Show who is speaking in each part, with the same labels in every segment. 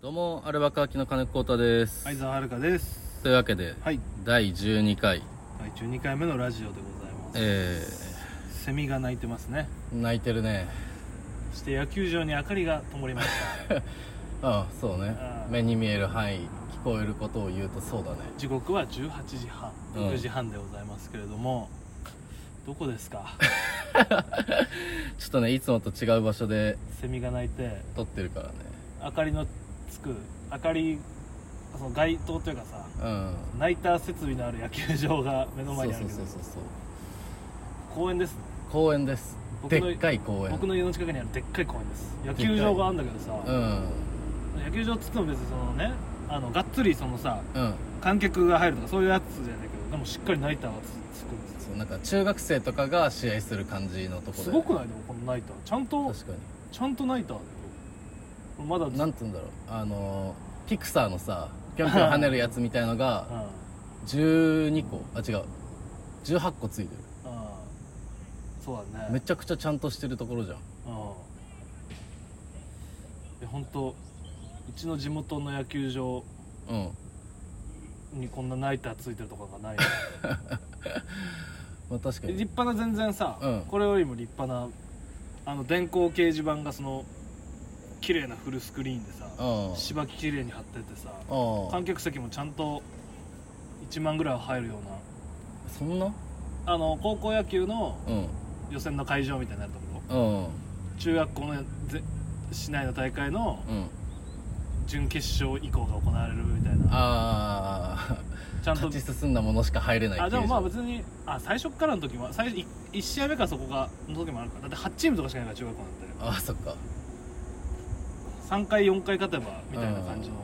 Speaker 1: どうも、アルバカーキの金子浩太です。
Speaker 2: 相沢遥です
Speaker 1: というわけで、
Speaker 2: はい
Speaker 1: 第12回、
Speaker 2: 第12回目のラジオでございます、
Speaker 1: え
Speaker 2: セミが鳴いてますね
Speaker 1: ー、泣いてるね。
Speaker 2: そして野球場に明かりが灯りまし
Speaker 1: ああ、そうね
Speaker 2: あ。あ
Speaker 1: 目に見える範囲、聞こえることを言うとそうだね。
Speaker 2: た時刻は18時半
Speaker 1: うん
Speaker 2: 6時半でございますけれども、どこです か
Speaker 1: ちょっとね、いつもと違う場所で
Speaker 2: セミが鳴いて
Speaker 1: 撮ってるからね。
Speaker 2: 明かりのつく明かりその街灯というかさ
Speaker 1: うん。
Speaker 2: ナイター設備のある野球場が目の前
Speaker 1: そうそう
Speaker 2: にあるけど
Speaker 1: そうそうそう。
Speaker 2: 公園ですね
Speaker 1: 公園です。
Speaker 2: 僕
Speaker 1: で
Speaker 2: の
Speaker 1: っかい公園。
Speaker 2: 僕の家の近くにあるでっかい公園です野球場があるんだけどさ、
Speaker 1: うん。
Speaker 2: 野球場っつっても別にそのねあのがっつりそのさ
Speaker 1: うん。
Speaker 2: 観客が入るとかそういうやつじゃないけどでもしっかりナイターがつつくんです
Speaker 1: そうなんか中学生とかが試合する感じのとこ
Speaker 2: よ
Speaker 1: ろ
Speaker 2: すごくないでもこのナイターちゃんと
Speaker 1: 確か
Speaker 2: ちゃんとナイターだよまだ
Speaker 1: に。なんて言うんだろう。あのー、ピクサーのさ、ぴょんぴょん跳ねるやつみたいのが
Speaker 2: う、んうん
Speaker 1: 12個あ違う18個ついてる
Speaker 2: そうだね
Speaker 1: めちゃくちゃちゃんとしてるところじゃん
Speaker 2: うんで本当うちの地元の野球場
Speaker 1: うん、
Speaker 2: にこんなナイターついてるとこがない
Speaker 1: まあ、確か
Speaker 2: 立
Speaker 1: に
Speaker 2: 派な全然さ、
Speaker 1: うん
Speaker 2: これよりも立派なあの電光掲示板がその綺麗なフルスクリーンでさ
Speaker 1: うん
Speaker 2: 芝木綺麗に張っててさ
Speaker 1: ああ
Speaker 2: 観客席もちゃんと1万ぐらいは入るよ
Speaker 1: そんな
Speaker 2: うなあの高校野球の
Speaker 1: うん
Speaker 2: 予選の会場みたいになるところ
Speaker 1: うん
Speaker 2: 中学校のぜ市内の大会の
Speaker 1: うん
Speaker 2: 準決勝以降が行われるみたいな
Speaker 1: ああ
Speaker 2: ちゃんと
Speaker 1: 勝ち進んだものしか入れない
Speaker 2: あでもまあ
Speaker 1: 球
Speaker 2: 別にあ最初っからの時は最初 1, 試合目からそこがの時もあるからだって8チームとかしかないから中学校なんて
Speaker 1: 場ああそっか
Speaker 2: 3回4回勝てばみたいな感じの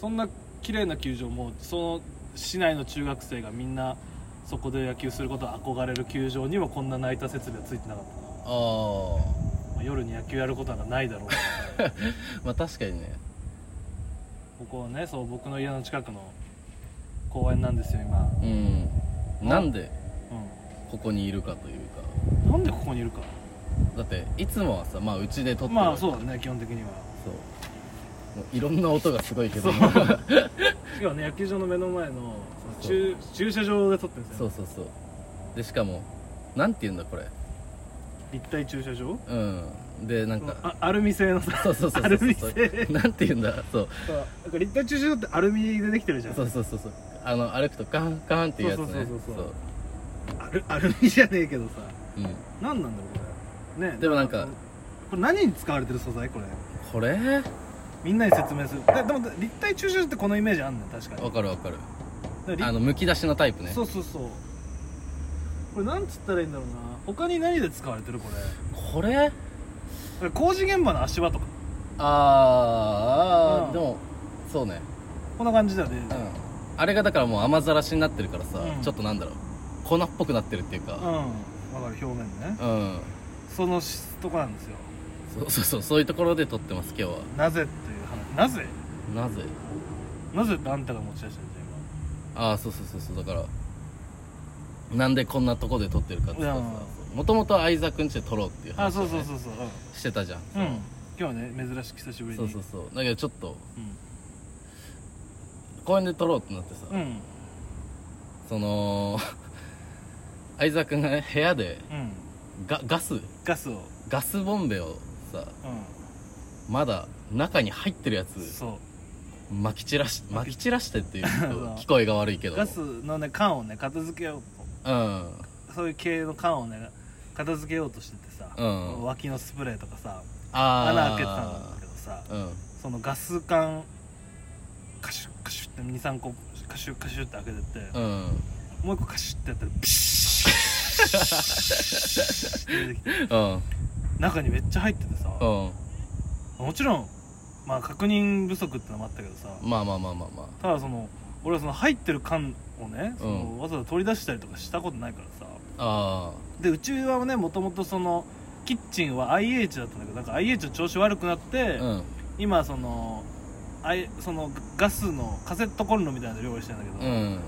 Speaker 2: そんな綺麗な球場もその市内の中学生がみんなそこで野球することを憧れる球場にはこんなナイター設備はついてなかった
Speaker 1: あ
Speaker 2: な、
Speaker 1: あ
Speaker 2: まあ夜に野球やることなんかないだ ろうから
Speaker 1: まあ確かにね
Speaker 2: ここはねそう僕の家の近くの公園なんですよ今、
Speaker 1: うんなんで
Speaker 2: う
Speaker 1: ここにいるかというか
Speaker 2: ん、なんでここにいるか
Speaker 1: だっていつもはさまあうちで撮ってる
Speaker 2: まあ
Speaker 1: そう
Speaker 2: そうだね基本的には
Speaker 1: もういろんな音がすごいけど
Speaker 2: そう 次はね野球場の目の前のその駐駐車場で撮ってるんです
Speaker 1: そ
Speaker 2: よ
Speaker 1: うそうそうでしかもなんて言うんだこれ
Speaker 2: 立体駐車場
Speaker 1: うんでなんか
Speaker 2: あアルミ製のさ
Speaker 1: そうそうそう
Speaker 2: ア
Speaker 1: そう
Speaker 2: ル
Speaker 1: そ
Speaker 2: ミ
Speaker 1: う
Speaker 2: 製
Speaker 1: なんて言うんだそう
Speaker 2: そうなんか立体駐車場ってアルミでできてるじゃん
Speaker 1: そうそうそうそうあの歩くとガンガンっていうやつね
Speaker 2: そうそうそうそうそうアルアルミじゃねえけどさ
Speaker 1: そううん
Speaker 2: 何なんだろうこれね
Speaker 1: でもなんか
Speaker 2: これ何に使われてる素材これ
Speaker 1: これ
Speaker 2: みんなに説明するででも立体駐車場ってこのイメージあんねん確かに
Speaker 1: わかるわかる
Speaker 2: だから
Speaker 1: あの
Speaker 2: 立
Speaker 1: むき出しのタイプね
Speaker 2: そうそうそうこれなんつったらいいんだろうな他に何で使われてるこ
Speaker 1: これ
Speaker 2: れ工事現場の足場とか
Speaker 1: あーあー
Speaker 2: うん
Speaker 1: でもそうね
Speaker 2: こんな感じだよね
Speaker 1: うんあれがだからもう雨ざらしになってるからさ
Speaker 2: うん
Speaker 1: ちょっとなんだろう粉っぽくなってるっていう
Speaker 2: うん
Speaker 1: か
Speaker 2: わかる表面ね
Speaker 1: うん
Speaker 2: そのしとこなんですよ
Speaker 1: そうそうそうそういうところで撮ってます今日は
Speaker 2: なぜっていう話なぜ
Speaker 1: なぜ
Speaker 2: なぜってあんたが持ち出してるんだよ今
Speaker 1: ああそうそうそうそうだからなんでこんなとこで撮ってるかってさ
Speaker 2: うん
Speaker 1: もともと相沢くんちで撮ろうっていう
Speaker 2: あ
Speaker 1: 話
Speaker 2: そ
Speaker 1: を
Speaker 2: うそう
Speaker 1: ね
Speaker 2: そうそう
Speaker 1: してたじゃん
Speaker 2: うん、うん、今日はね珍しく久しぶり
Speaker 1: そう
Speaker 2: に
Speaker 1: そうそうだけどちょっと
Speaker 2: う
Speaker 1: 公園で撮ろうってなってさ、
Speaker 2: んうん
Speaker 1: その 相沢くんがね部屋で
Speaker 2: うん
Speaker 1: ガガス
Speaker 2: ガスを
Speaker 1: ガスボンベをさ
Speaker 2: う
Speaker 1: まだ中に入ってるやつ
Speaker 2: んそ
Speaker 1: 撒き散らし撒き散らしてっていうと
Speaker 2: そう
Speaker 1: 聞こえが悪いけ
Speaker 2: う
Speaker 1: ど
Speaker 2: ガスのね缶をね片付けよう
Speaker 1: うん
Speaker 2: とそういう系の缶をね片付けようとしててさ、
Speaker 1: うん
Speaker 2: 脇のスプレーとかさ
Speaker 1: あ
Speaker 2: 穴開けてたんだけどさ
Speaker 1: たうん
Speaker 2: そのガス缶カシュッカシュッって23個カシュッカシュッって開けてって、
Speaker 1: うん
Speaker 2: もう一個カシュッってやったらピシッって出てきて
Speaker 1: うん
Speaker 2: 中にめっちゃ入っててさ、
Speaker 1: うん
Speaker 2: もちろんまあ確認不足ってのもあったけどさ、
Speaker 1: まあまあまあまあまあ
Speaker 2: ただその俺はその入ってる缶をねその、
Speaker 1: うん
Speaker 2: わざわざ取り出したりとかしたことないからさ
Speaker 1: あ
Speaker 2: でうちはねもともとそのキッチンは IH だったんだけどなんか IH の調子悪くなって、
Speaker 1: あうん
Speaker 2: 今そのあいそのガスのカセットコンロみたいなの料理してんだけど、
Speaker 1: う
Speaker 2: だか
Speaker 1: ん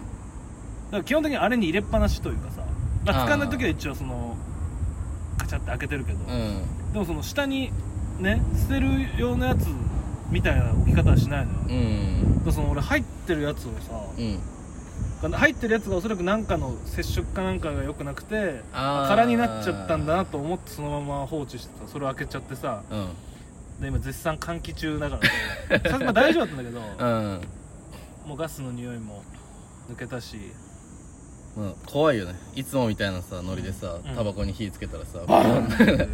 Speaker 2: ら基本的にあれに入れっぱなしというかさだから使わない時は一応そのカチャって開けてるけど、
Speaker 1: うん
Speaker 2: でもその下にね捨てる用のやつみたいな置き方はしないのよ、だ
Speaker 1: う
Speaker 2: か
Speaker 1: ん
Speaker 2: らその俺入ってるやつを
Speaker 1: うん
Speaker 2: さ入ってるやつがおそらく何かの接触かなんかが良くなくて
Speaker 1: あー
Speaker 2: 空になっちゃったんだなと思ってそのまま放置してたそれを開けちゃってさ
Speaker 1: うん
Speaker 2: で今絶賛換気中だか らささまあ大丈夫だったんだけど
Speaker 1: うん
Speaker 2: もうガスの匂いも抜けたし
Speaker 1: まあ怖いよねいつもみたいなさノリでさ
Speaker 2: うん
Speaker 1: タバコに火つけたらさ、
Speaker 2: っていう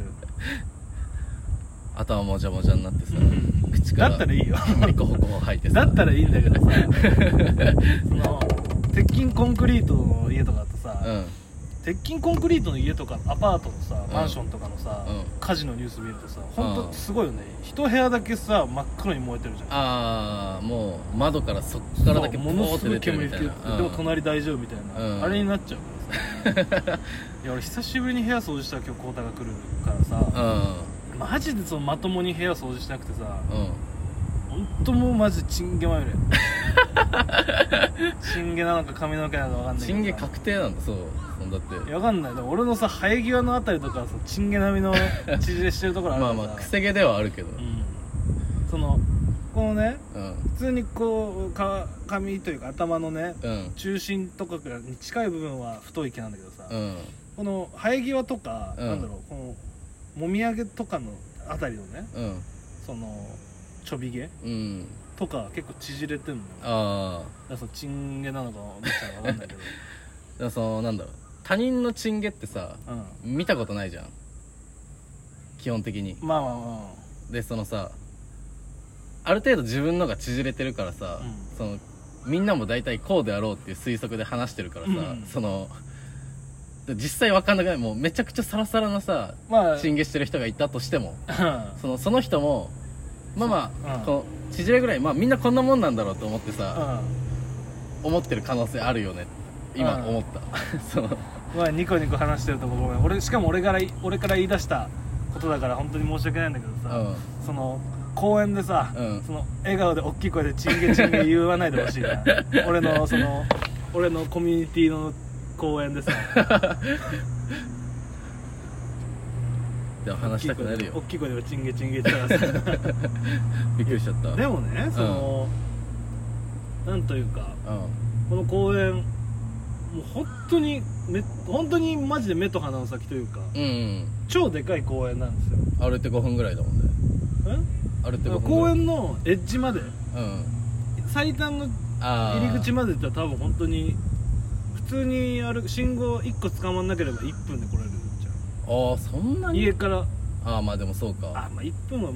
Speaker 1: 頭もじゃもじゃになってさ、
Speaker 2: うん
Speaker 1: 口か
Speaker 2: だ
Speaker 1: ら
Speaker 2: ったらい いよ
Speaker 1: いゴホゴホ吐いてさ
Speaker 2: だったらいいんだ けどさその鉄筋コンクリートの家とかってさ、
Speaker 1: うん
Speaker 2: 鉄筋コンクリートの家とかアパートのさ、マンションとかのさ、
Speaker 1: うん
Speaker 2: 火事のニュース見るとさ本
Speaker 1: うん
Speaker 2: 当すごいよね一部屋だけさ真っ黒に燃えてるじゃん
Speaker 1: ああもう窓からそっからだけ
Speaker 2: そう
Speaker 1: ポ
Speaker 2: もの
Speaker 1: ーっ
Speaker 2: す
Speaker 1: て
Speaker 2: ご
Speaker 1: 出
Speaker 2: い
Speaker 1: てる
Speaker 2: 煙
Speaker 1: み
Speaker 2: 吹
Speaker 1: た
Speaker 2: き
Speaker 1: い
Speaker 2: 出
Speaker 1: な
Speaker 2: てでも隣大丈夫みたいな、
Speaker 1: うん
Speaker 2: あれになっちゃ うからさいや俺久しぶりに部屋掃除したら今日浩太が来るからさ、マジでそのまともに部屋掃除しなくてさ
Speaker 1: うんうん
Speaker 2: 本当もうマジでチンゲ まみれチンゲなのか髪の毛なのか分かんないけ
Speaker 1: チ
Speaker 2: ど
Speaker 1: ンゲ
Speaker 2: さ
Speaker 1: 確定なんだそうそんだって
Speaker 2: いやわかんないでも俺のさ生え際のあたりとかはさチンゲ並みの縮れしてるところあるか
Speaker 1: まあ
Speaker 2: らさ
Speaker 1: まあくせ毛ではあるけど
Speaker 2: うんそのこのね
Speaker 1: うん
Speaker 2: 普通にこうか髪というか頭のね
Speaker 1: うん
Speaker 2: 中心とかに近い部分は太い毛なんだけどさ、
Speaker 1: うん
Speaker 2: この生え際とか、
Speaker 1: うん
Speaker 2: なんだろうこのもみあげとかのあたりのね
Speaker 1: うん
Speaker 2: そのちょび毛
Speaker 1: うん
Speaker 2: とか結構縮れてんのよだか
Speaker 1: ああ
Speaker 2: らそのチンゲなのかどっちなのか分かんな いけど
Speaker 1: だからそのなんだろう他人のチンゲってさ
Speaker 2: うん
Speaker 1: 見たことないじゃん基本的に
Speaker 2: まあまあま
Speaker 1: でそのさある程度自分のが縮れてるからさ、
Speaker 2: うん
Speaker 1: そのみんなも大体こうであろうっていう推測で話してるからさ、
Speaker 2: うん
Speaker 1: そので実際わかんなくないもうめちゃくちゃサラサラなさ
Speaker 2: あまあ
Speaker 1: チンゲしてる人がいたとしても
Speaker 2: うん
Speaker 1: そのその人もまあまあ、
Speaker 2: うん
Speaker 1: この縮れぐらいまあみんなこんなもんなんだろうと思ってさ、
Speaker 2: う
Speaker 1: 思ってる可能性あるよね今
Speaker 2: うん
Speaker 1: 思った その
Speaker 2: ん、まあニコニコ話してるとこごめん俺しかも俺から俺から言い出したことだから本当に申し訳ないんだけど
Speaker 1: う
Speaker 2: さ、
Speaker 1: ん
Speaker 2: その公園でさ、
Speaker 1: うん
Speaker 2: その笑顔で大きい声でチンゲチンゲ言わないでほし いな俺のその俺のコミュニティの公園でさ
Speaker 1: でも話したくなるよ
Speaker 2: 大きい声でチンゲチンゲ言ったらさ
Speaker 1: びっくりしちゃった
Speaker 2: でもねその、なんというか
Speaker 1: う
Speaker 2: この公園もう本当にめ本当にマジで目と鼻の先というか
Speaker 1: んうん
Speaker 2: 超でかい公園なんですよ
Speaker 1: 歩いて5分ぐらいだもんね
Speaker 2: え
Speaker 1: 歩いて5分ぐらい
Speaker 2: 公園のエッジまで
Speaker 1: うん
Speaker 2: 最短の
Speaker 1: あー
Speaker 2: 入り口まで行ったら多分本当に普通に歩く信号1個捕まんなければ1分で来れるじ
Speaker 1: ああそん
Speaker 2: ゃ
Speaker 1: なんに
Speaker 2: 家から
Speaker 1: ああまあでもそうか
Speaker 2: あまあ1分は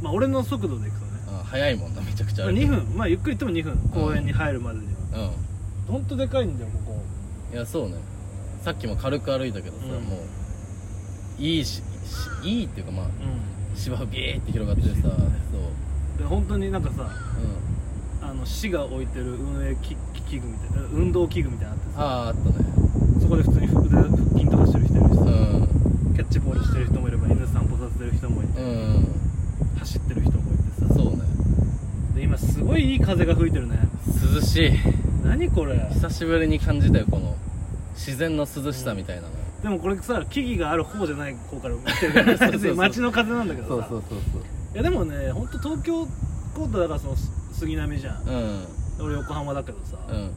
Speaker 2: まあ俺の速度で行くとね
Speaker 1: うん早いもんなめちゃくちゃ
Speaker 2: まあ
Speaker 1: 歩いて
Speaker 2: 2分まあゆっくり行っても2分公園に入るまでには
Speaker 1: う
Speaker 2: 本当でかいんだよここ
Speaker 1: んいやそうねさっきも軽く歩いたけどさ、
Speaker 2: うん
Speaker 1: もういいししいいっていうかまあ
Speaker 2: う
Speaker 1: 芝生ビーって広がってさそう、
Speaker 2: んで本当になんかさ
Speaker 1: うん、
Speaker 2: あの市が置いてる運営き器具みたいな運動器具みたいなのあってさ
Speaker 1: あああったね
Speaker 2: そこで普通に腕腹筋とかしてる人いるし
Speaker 1: う
Speaker 2: さ
Speaker 1: ん
Speaker 2: キャッチボールしてる人もいれば犬散歩させてる人もいて
Speaker 1: うん
Speaker 2: 走ってる人もいてさ
Speaker 1: そうね
Speaker 2: で今すごいいい風が吹いてるね
Speaker 1: 涼しい
Speaker 2: 何これ
Speaker 1: 久しぶりに感じたよこの自然の涼しさみたいなの、
Speaker 2: でもこれさ木々がある方じゃない方から見てるか ら
Speaker 1: そう
Speaker 2: 別
Speaker 1: そうそう
Speaker 2: に街の風なんだけどさ
Speaker 1: うそう
Speaker 2: いやでもね本当東京コートだからその杉並じゃん
Speaker 1: そううん
Speaker 2: 俺横浜だけどさ、
Speaker 1: うん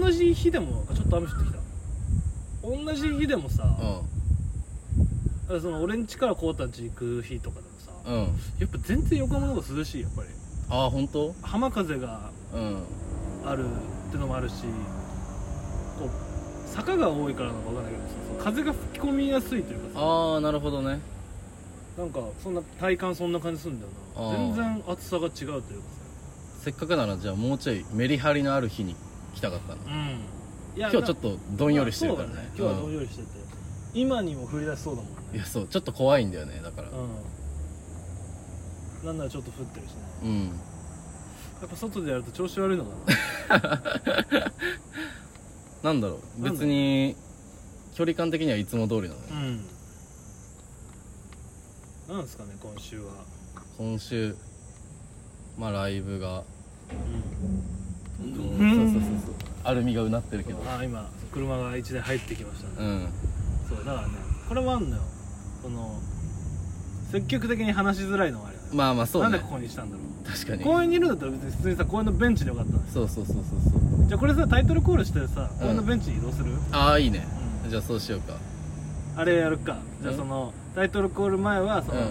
Speaker 2: 同じ日でもあちょっと雨降ってきた同じ日でもさ、だからその俺ん家からコータん家行く日とかでもさ、
Speaker 1: うんうん
Speaker 2: やっぱ全然横浜の方が涼しいやっぱり
Speaker 1: ああ本当
Speaker 2: 浜風が
Speaker 1: うん
Speaker 2: あるってのもあるしこう坂が多いからなのか分かんないけどさその風が吹き込みやすいというかさ
Speaker 1: ああなるほどね
Speaker 2: なんかそんな体感そんな感じするんだよ
Speaker 1: あ
Speaker 2: な
Speaker 1: ー
Speaker 2: 全然暑さが違うというか
Speaker 1: せっかくならじゃあもうちょいメリハリのある日に来たかったな
Speaker 2: さうんいや
Speaker 1: 今日ちょっ
Speaker 2: と
Speaker 1: とどんよりしてるからね,、
Speaker 2: 今日はどんよりしてて、今にも降り出しそうだもん
Speaker 1: うんい
Speaker 2: ね
Speaker 1: やそうちょっと怖いんだよねだから
Speaker 2: うんなんならちょっと降ってるしね
Speaker 1: うん、
Speaker 2: やっぱ外でやると調子悪いのかな
Speaker 1: なんだろう
Speaker 2: なんだろう
Speaker 1: 別に距離感的にはいつも通りなのよ、
Speaker 2: うんなんですかね今週は
Speaker 1: 今週まあライブが、うん
Speaker 2: ん
Speaker 1: そうそうそうそうアルミがうなってるけど
Speaker 2: あ今車が1台入ってきました
Speaker 1: う
Speaker 2: ね、
Speaker 1: ん
Speaker 2: そうだからねこれもあんのよその積極的に話しづらいのはあるよね
Speaker 1: まあまあそう
Speaker 2: なんで
Speaker 1: ね
Speaker 2: ここにしたんだろ
Speaker 1: 確か
Speaker 2: う
Speaker 1: に
Speaker 2: 公園にいるんだったら別に普通にさ公園のベンチでよかったのよ
Speaker 1: そうそうそうそうそう
Speaker 2: じゃあこれさタイトルコールしてさ
Speaker 1: うん
Speaker 2: 公園のベンチに移動する、
Speaker 1: ああいいねじゃあそうしようか
Speaker 2: あれやるかじゃあそのタイトルコール前はその、
Speaker 1: う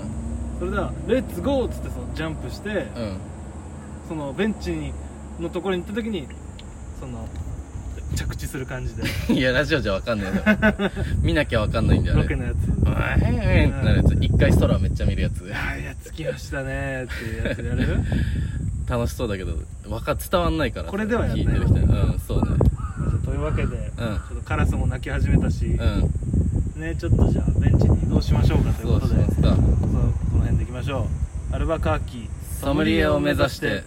Speaker 2: それでは「レッツゴー!」っつってそのジャンプして、
Speaker 1: んうん
Speaker 2: そのベンチにのところに行った時にその着地する感じで
Speaker 1: いや、ラジオじゃわかん ないな。見なきゃわかんないんだよ
Speaker 2: ロ
Speaker 1: ね。
Speaker 2: ケのやつ
Speaker 1: うえんってなるやつ。一回空めっちゃ見るやつ
Speaker 2: 「。ああいや着きましたね」っていうやつやる
Speaker 1: 楽しそうだけど、わか、伝わんないから。
Speaker 2: これではやんな
Speaker 1: 聞い
Speaker 2: い
Speaker 1: てる人にうん、そうね。
Speaker 2: というわけで、ち
Speaker 1: ん
Speaker 2: ょっとカラスも鳴き始めたし、
Speaker 1: うん。
Speaker 2: ねちょっとじゃあベンチに移動しましょうかという
Speaker 1: そ
Speaker 2: こ
Speaker 1: うし
Speaker 2: とで
Speaker 1: ますか。
Speaker 2: そこの辺でいきましょうアルバカーキ
Speaker 1: ソムリエを目指して。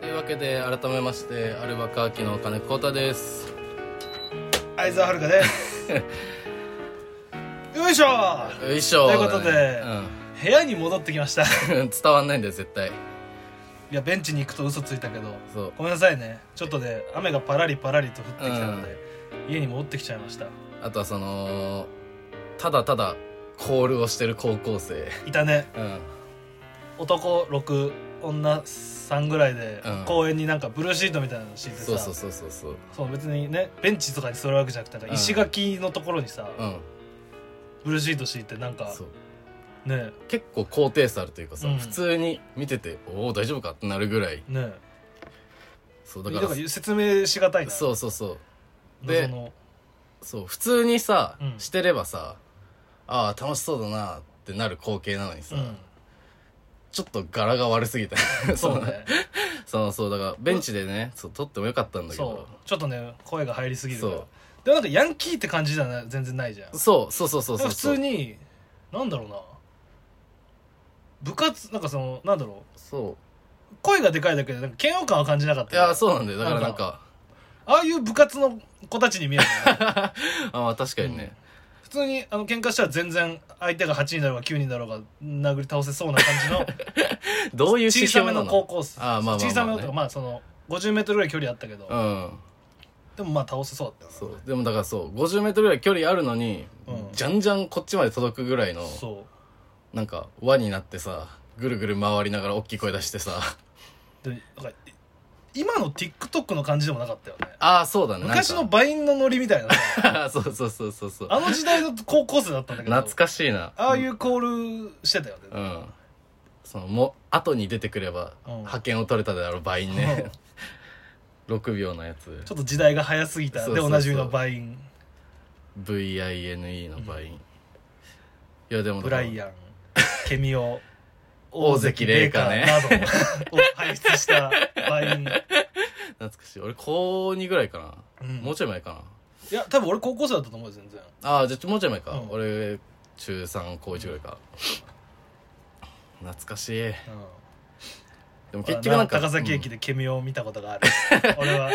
Speaker 1: というわけで改めましてアルバカーキの金子太です
Speaker 2: 相沢遥ですよいしょ
Speaker 1: よいしょ
Speaker 2: ということで部屋に戻ってきました い
Speaker 1: うん 伝わんないんだよ絶対
Speaker 2: やベンチに行くと嘘ついたけど
Speaker 1: そう
Speaker 2: ごめんなさいねちょっとね雨がパラリパラリと降ってきたので、家に戻ってきちゃいました
Speaker 1: あとはそのただただコールをしてる高校生
Speaker 2: いたね
Speaker 1: うん
Speaker 2: 男6女3ぐらいで、
Speaker 1: うん
Speaker 2: 公園になんかブルーシートみたいなの敷いてさ
Speaker 1: そうそうそうそうそう
Speaker 2: そう別にねベンチとかに座るわけじゃなくてなんか石垣のところにさ、
Speaker 1: うん
Speaker 2: ブルーシート敷いてなんか
Speaker 1: そう
Speaker 2: ね
Speaker 1: 結構高低差あるというかさ、
Speaker 2: うん
Speaker 1: 普通に見てておお大丈夫かってなるぐらい
Speaker 2: えね
Speaker 1: そう
Speaker 2: え
Speaker 1: だ
Speaker 2: だ
Speaker 1: か
Speaker 2: からら説明しがたいな
Speaker 1: そうそうそう
Speaker 2: 謎の
Speaker 1: そう普通にさ、
Speaker 2: うん
Speaker 1: してればさああ楽しそうだなってなる光景なのにさ、
Speaker 2: う
Speaker 1: ちょっと柄が悪すぎた
Speaker 2: ん、そうね
Speaker 1: そのそうだからベンチでね、そう撮ってもよかったんだけ
Speaker 2: そ
Speaker 1: ど
Speaker 2: うちょっとね声が入りすぎるから
Speaker 1: そう
Speaker 2: でもなんかヤンキーって感じじゃない全然ないじゃん
Speaker 1: そうそうそうそうそう
Speaker 2: 普通になんだろうな部活なんかそのなんだろ
Speaker 1: そう
Speaker 2: 声がでかいだけでなんか嫌悪感は感じなかっ
Speaker 1: うい
Speaker 2: たよ
Speaker 1: やそうなんだよだからなんか
Speaker 2: ああいう部活の子たちに見えるのよ
Speaker 1: あまあ確かにね、
Speaker 2: 普通にあの喧嘩したら全然相手が8人だろうが9人だろうが殴り倒せそうな感 じの
Speaker 1: どういう指
Speaker 2: 小さ
Speaker 1: 標
Speaker 2: め
Speaker 1: なの
Speaker 2: の高校生
Speaker 1: ああまあまあまあね
Speaker 2: 小さめのとかまあその50メートルぐらい距離あったけど、
Speaker 1: うん
Speaker 2: でもまあ倒せそうだったよ
Speaker 1: そうでもだからそう 50m ぐらい距離あるのに、
Speaker 2: うん
Speaker 1: じゃんじゃんこっちまで届くぐらいの
Speaker 2: そ
Speaker 1: なんか輪になってさぐるぐる回りながら大きい声出してさ
Speaker 2: うでなんかい今の TikTok の感じでもなかったよね
Speaker 1: ああそうだねなんか
Speaker 2: 昔のバインのノリみたいなさ
Speaker 1: そうそうそうそうそう
Speaker 2: あの時代の高校生だったんだけど
Speaker 1: 懐かしいな
Speaker 2: ああいうコールしてたよね、
Speaker 1: うんそのも後に出てくれば、
Speaker 2: うん
Speaker 1: 派遣を取れたであろう倍
Speaker 2: う ん
Speaker 1: ね、6秒のやつ
Speaker 2: ちょっと時代が早すぎた
Speaker 1: そう
Speaker 2: で
Speaker 1: そうそう
Speaker 2: おなじみのバイン
Speaker 1: VINE の倍、いやでも
Speaker 2: ブライアンケミオ
Speaker 1: 大関麗華ね
Speaker 2: などを輩出したバイ
Speaker 1: 懐
Speaker 2: ン
Speaker 1: かしい俺高2ぐらいかな、
Speaker 2: うん
Speaker 1: もうちょい前か
Speaker 2: いや多分俺高校生だったと思うよ全然
Speaker 1: なああじゃあもうちょい前か、
Speaker 2: うん
Speaker 1: 俺中3高1ぐらいか、懐かしいでも結局なんか
Speaker 2: 高崎駅
Speaker 1: で
Speaker 2: でケミオを見たことがある、俺は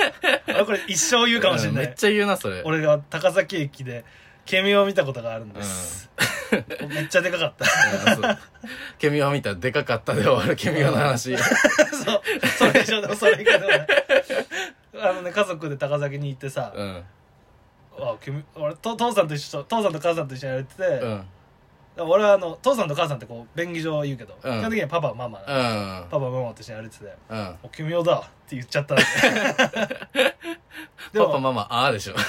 Speaker 2: 俺これ一生言うかもしれな
Speaker 1: めっ
Speaker 2: い
Speaker 1: ちゃ言うなそれ
Speaker 2: 俺が高崎駅でケミオを見たことがあるんです、 めっちゃでかかった
Speaker 1: うんそうケミオ見たらでかかったで終わるケミオの話
Speaker 2: そうそれ以上 でもそれ以下でもないあのね家族で高崎に行ってさ、
Speaker 1: うん
Speaker 2: あ君俺と父さんと一緒父さんと母さんと一緒にやれてて、
Speaker 1: うん
Speaker 2: 俺はあの父さんと母さんってこう便宜上言うけど、
Speaker 1: うん
Speaker 2: 基本的にはパパママ、
Speaker 1: う
Speaker 2: パ
Speaker 1: ん
Speaker 2: パママと一緒にやれてて「
Speaker 1: うん
Speaker 2: お君をだ」って言っちゃ ったんでで
Speaker 1: パパ
Speaker 2: も
Speaker 1: ママああでしょ
Speaker 2: うん、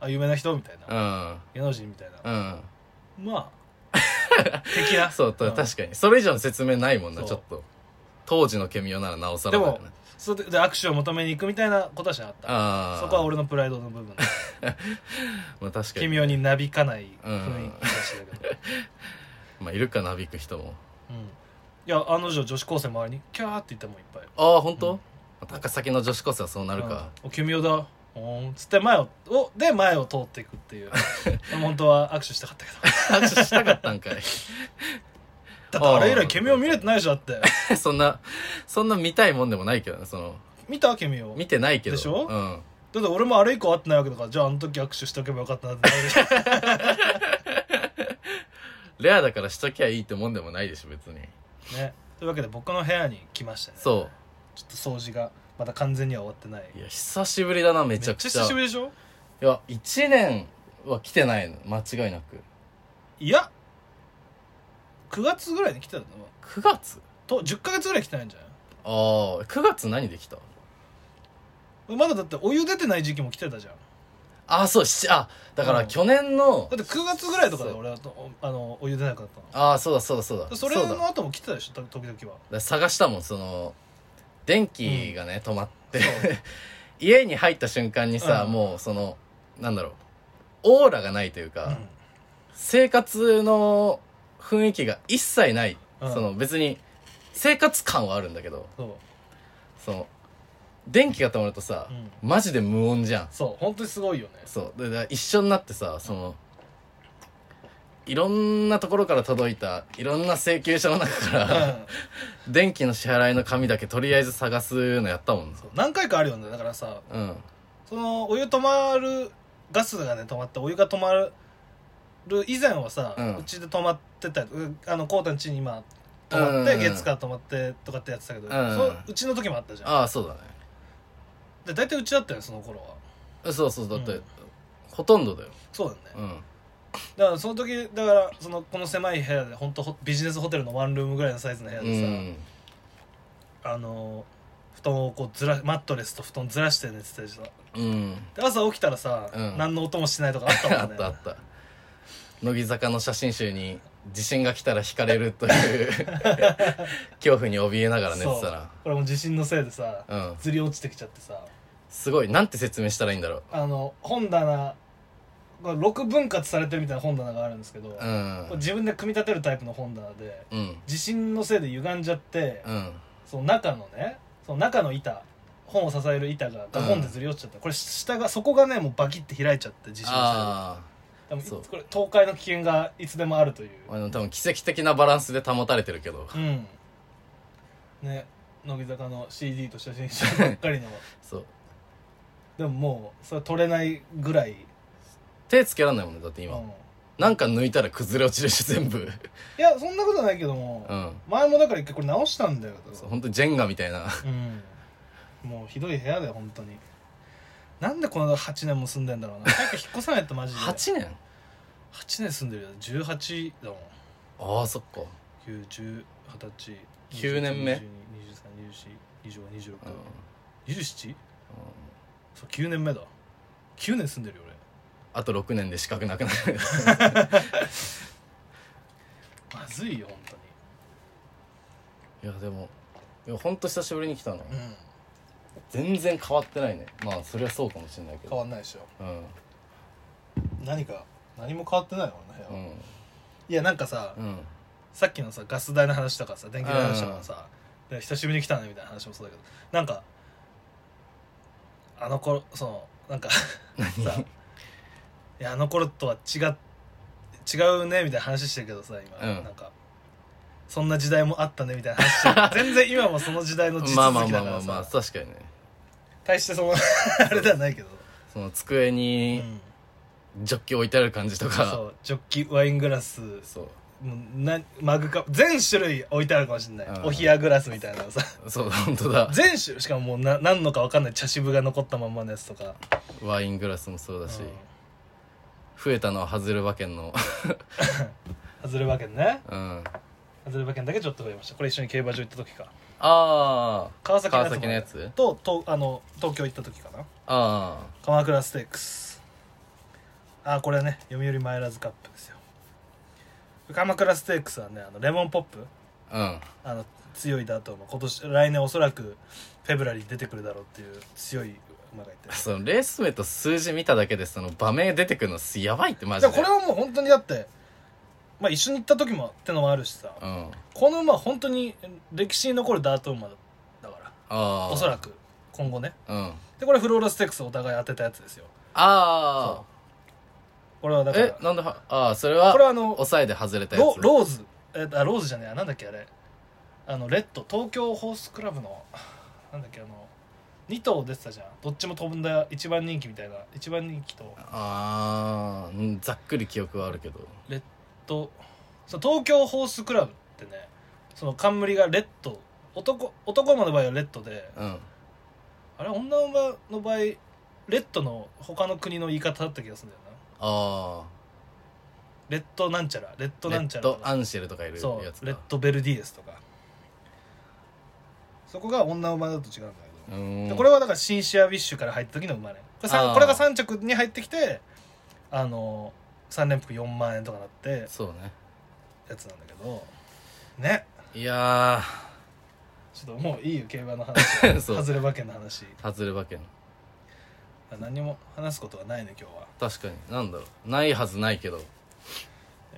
Speaker 2: あ有名な人みたいな、
Speaker 1: うん
Speaker 2: 芸能人みたいな、
Speaker 1: うん
Speaker 2: ま あ的な
Speaker 1: そうた
Speaker 2: ん
Speaker 1: 確かにそれ以上の説明ないもんな
Speaker 2: そう
Speaker 1: ちょっと当時のケミオならなおさらだよね
Speaker 2: でもそれでで握手を求めに行くみたいなことはしなかった
Speaker 1: ああ
Speaker 2: そこは俺のプライドの部分で
Speaker 1: まあ確か
Speaker 2: 奇
Speaker 1: に
Speaker 2: 妙になびかない雰囲気だしたけど、
Speaker 1: まあいるかなびく人も
Speaker 2: うんいやあの女女子高生周りにキャーって言ったもんいっぱい
Speaker 1: ああ本当、
Speaker 2: うん
Speaker 1: 高崎の女子高生はそうなるか、
Speaker 2: うんお奇妙だおーんつって前をおで前を通っていくっ ていう本当は握手したかったけど
Speaker 1: 握手したかったんかい
Speaker 2: だってあれ以来ケミオ見れてないでしょだって
Speaker 1: そんなそんな見たいもんでもないけどねその
Speaker 2: 見たケミオ
Speaker 1: 見てないけど
Speaker 2: でしょ
Speaker 1: うん
Speaker 2: だって俺もあれ以降会ってないわけだからじゃああの時握手しとけばよかったなってなるでしょ
Speaker 1: レアだからしときゃいいってもんでもないでしょ別に
Speaker 2: ねというわけで僕の部屋に来ましたねう
Speaker 1: そ
Speaker 2: ちょっと掃除がまだ完全には終わってないう
Speaker 1: いや久しぶりだなめちゃくちゃ
Speaker 2: 久しぶりでしょ
Speaker 1: いや1年は来てないの間違いなく
Speaker 2: いや9月ぐらいに来てたの
Speaker 1: 9月
Speaker 2: と10ヶ月ぐらい来てないんじゃない
Speaker 1: ああ9月何できた
Speaker 2: まだだってお湯出てない時期も来てたじゃん
Speaker 1: ああそうしあだか
Speaker 2: う
Speaker 1: ら
Speaker 2: ん
Speaker 1: 去年の、
Speaker 2: だって9月ぐらいとかで
Speaker 1: そう
Speaker 2: 俺はとおあのお湯出なくなったの
Speaker 1: ああそうだそうだそうだ
Speaker 2: それ
Speaker 1: うだ
Speaker 2: の後も来てたでしょた時々は
Speaker 1: で探したもんその電気がね、止まって
Speaker 2: そう
Speaker 1: 家に入った瞬間にさ、
Speaker 2: うん
Speaker 1: もうそのなんだろうオーラがないというか、
Speaker 2: うん
Speaker 1: 生活の雰囲気が一切ない、
Speaker 2: うん
Speaker 1: その別に生活感はあるんだけど
Speaker 2: そう
Speaker 1: その電気が止まるとさ、
Speaker 2: う
Speaker 1: マジで無音じゃん
Speaker 2: そう本当にすごいよね
Speaker 1: そうでだから一緒になってさそのいろんなところから届いたいろんな請求書の中か
Speaker 2: う
Speaker 1: ら
Speaker 2: ん
Speaker 1: 電気の支払いの紙だけとりあえず探すのやったもん
Speaker 2: そう何回かあるよねだからさ
Speaker 1: うん
Speaker 2: そのお湯止まるガスがね止まってお湯が止まる以前はさ、う
Speaker 1: うん
Speaker 2: ちで止まってたりうあのコウタの家に今止まって、
Speaker 1: うん
Speaker 2: 月火止まってとかってやってたけど、
Speaker 1: ん
Speaker 2: そううちの時もあったじゃん
Speaker 1: ああそうだね
Speaker 2: で大体うちだったよねその頃は
Speaker 1: そうそうだって、
Speaker 2: うん
Speaker 1: ほとんどだよ
Speaker 2: そうだよね、
Speaker 1: うん
Speaker 2: だからその時だからそのこの狭い部屋で本当ビジネスホテルのワンルームぐらいのサイズの部屋
Speaker 1: う
Speaker 2: でさ、
Speaker 1: ん
Speaker 2: あの布団をこうずらマットレスと布団ずらして寝てたりした
Speaker 1: うん
Speaker 2: で朝起きたらさ、
Speaker 1: うん
Speaker 2: 何の音もしないとかあった
Speaker 1: あ
Speaker 2: もん
Speaker 1: っ
Speaker 2: ね
Speaker 1: たあった乃木坂の写真集に地震が来たら引かれるという恐怖に怯えながら寝てた
Speaker 2: そう
Speaker 1: ら
Speaker 2: これも地震のせいでさ、
Speaker 1: うん
Speaker 2: ずり落ちてきちゃってさ
Speaker 1: すごいなんて説明したらいいんだろう
Speaker 2: あの本棚が6分割されてるみたいな本棚があるんですけど、こ
Speaker 1: う
Speaker 2: れ
Speaker 1: ん
Speaker 2: 自分で組み立てるタイプの本棚で
Speaker 1: うん
Speaker 2: 地震のせいで歪んじゃって、
Speaker 1: うん
Speaker 2: その中のねその中の板本を支える板がガコンでずり落ちちゃった、これ下がそこがねもうバキって開いちゃって地震の
Speaker 1: ああ
Speaker 2: せいでで
Speaker 1: そ
Speaker 2: も
Speaker 1: う
Speaker 2: これ倒壊の危険がいつでもあるという
Speaker 1: あの多分奇跡的なバランスで保たれてるけど
Speaker 2: うんね乃木坂の CD と写真集ばっ かりの
Speaker 1: そう
Speaker 2: でももうそれ取れないぐらい
Speaker 1: 手つけらんないもんねだって今、
Speaker 2: うん
Speaker 1: なんか抜いたら崩れ落ちるし全部
Speaker 2: いやそんなことないけども、
Speaker 1: うん
Speaker 2: 前もだから一回これ直したんだよ
Speaker 1: そう本当にジェンガみたいな
Speaker 2: うんもうひどい部屋だよ本当になんでこの8年も住んでんだろう な早く引っ越さないとマジで 8,
Speaker 1: 8年
Speaker 2: 年住んでるよ18だもん
Speaker 1: ああそっか
Speaker 2: 9 10 20歳
Speaker 1: 9年目
Speaker 2: 2 3 2 4 2 5 2 6 2 7そう9年目だ9年住んでるよ
Speaker 1: あと6年で資格なくなる
Speaker 2: 俺まずいよ本
Speaker 1: いやでもいや本当久しぶりに来たの
Speaker 2: 当にうん
Speaker 1: 全然変わってないねまあそれはそうかもしれないけ
Speaker 2: 変
Speaker 1: ど
Speaker 2: わんないでしょ
Speaker 1: うん
Speaker 2: 何か何も変わってないよ俺の部
Speaker 1: う
Speaker 2: 屋は
Speaker 1: ん
Speaker 2: いやなんかさ、
Speaker 1: うん
Speaker 2: さっきのさガス代の話とかさ電気代の話とかさ、で久しぶりに来たねみたいな話もそうだけどなんかあの頃そのなんかさいやあの頃とは違っ違うねみたいな話してるけどさ今、
Speaker 1: うん
Speaker 2: なんかそんな時代もあったねみたいな話してる全然今もその時代の実
Speaker 1: まあまあ
Speaker 2: 続き
Speaker 1: ま
Speaker 2: だ
Speaker 1: あ
Speaker 2: か
Speaker 1: ま
Speaker 2: ら
Speaker 1: あまあ
Speaker 2: さ
Speaker 1: 確かにね
Speaker 2: 大してそのあれではないけど、
Speaker 1: その机
Speaker 2: う
Speaker 1: に
Speaker 2: ん、
Speaker 1: ジョッキ置いてある感じとか、
Speaker 2: そうジョッキワイングラス
Speaker 1: そう
Speaker 2: もうなマグカップ全種類置いてあるかもしれない、
Speaker 1: うん
Speaker 2: お冷やグラスみたいな のさ
Speaker 1: そう本当だ
Speaker 2: 全種しかももうな何のか分かんない茶渋が残ったまんまのやつとか
Speaker 1: ワイングラスもそうだし、
Speaker 2: うん
Speaker 1: 増えたのは外れ馬券の
Speaker 2: 外れ馬券ね
Speaker 1: うん
Speaker 2: 外れ馬券だけちょっと増えましたこれ一緒に競馬場行った時か
Speaker 1: ああ
Speaker 2: 川崎のやつも
Speaker 1: 川崎のやつ
Speaker 2: ととあの東京行った時かな
Speaker 1: あ
Speaker 2: 鎌倉ステークスあこれね読売マイラーズカップですよ鎌倉ステークスはねあのレモンポップ
Speaker 1: あ
Speaker 2: あの強いダートの今年来年おそらくフェブラリーに出てくるだろうっていう強い馬がいて
Speaker 1: うんそのレース名と数字見ただけでその場名出てくるのすやばいってマジ
Speaker 2: で
Speaker 1: で
Speaker 2: もこれはもう本当にだってまあ一緒に行った時もってのもあるしさ、
Speaker 1: うんあ
Speaker 2: この馬は本当に歴史に残るダート馬だか
Speaker 1: あ
Speaker 2: らおそら
Speaker 1: く
Speaker 2: く今後ね
Speaker 1: うんあ
Speaker 2: でこれフローラステックスお互い当てたやつですよ
Speaker 1: あ
Speaker 2: これはだか
Speaker 1: え
Speaker 2: ら
Speaker 1: なんではああそれは
Speaker 2: これはあの
Speaker 1: 抑えで外れたや
Speaker 2: ロ
Speaker 1: つ
Speaker 2: ローズえあローズじゃねえやなんだっけあれあのレッド東京ホースクラブのなんだっけあの2頭出てたじゃんどっちも飛んだ一番人気みたいな一番人気と
Speaker 1: ああうんざっくり記憶はあるけど
Speaker 2: レッドその東京ホースクラブってねその冠がレッド男男馬の場合はレッドで
Speaker 1: うん
Speaker 2: あれ女馬の場合レッドの他の国の言い方だった気がするんだよな
Speaker 1: あ
Speaker 2: レッドなんちゃらレッ
Speaker 1: あ
Speaker 2: ド
Speaker 1: レ
Speaker 2: なんち
Speaker 1: ッ
Speaker 2: ゃら
Speaker 1: ド
Speaker 2: とか
Speaker 1: アンシェルとかいる
Speaker 2: そ
Speaker 1: やつ
Speaker 2: う
Speaker 1: か
Speaker 2: レッドベルディエスとかそこが女馬だと違うんだけ
Speaker 1: う
Speaker 2: ど、
Speaker 1: ーん
Speaker 2: でこれはだからシンシア・ウィッシュから入った時の馬ねこれさ
Speaker 1: あ
Speaker 2: ん
Speaker 1: ー
Speaker 2: これが3着に入ってきてあの3連服4万円とかなって
Speaker 1: そうね
Speaker 2: やつなんだけどね
Speaker 1: いや
Speaker 2: ちょっともういいよ競馬の話
Speaker 1: ー そう
Speaker 2: 外れ馬券の話
Speaker 1: 外れ馬券
Speaker 2: 何も話すことがないね今日は
Speaker 1: 確かになんだろうないはずないけど
Speaker 2: い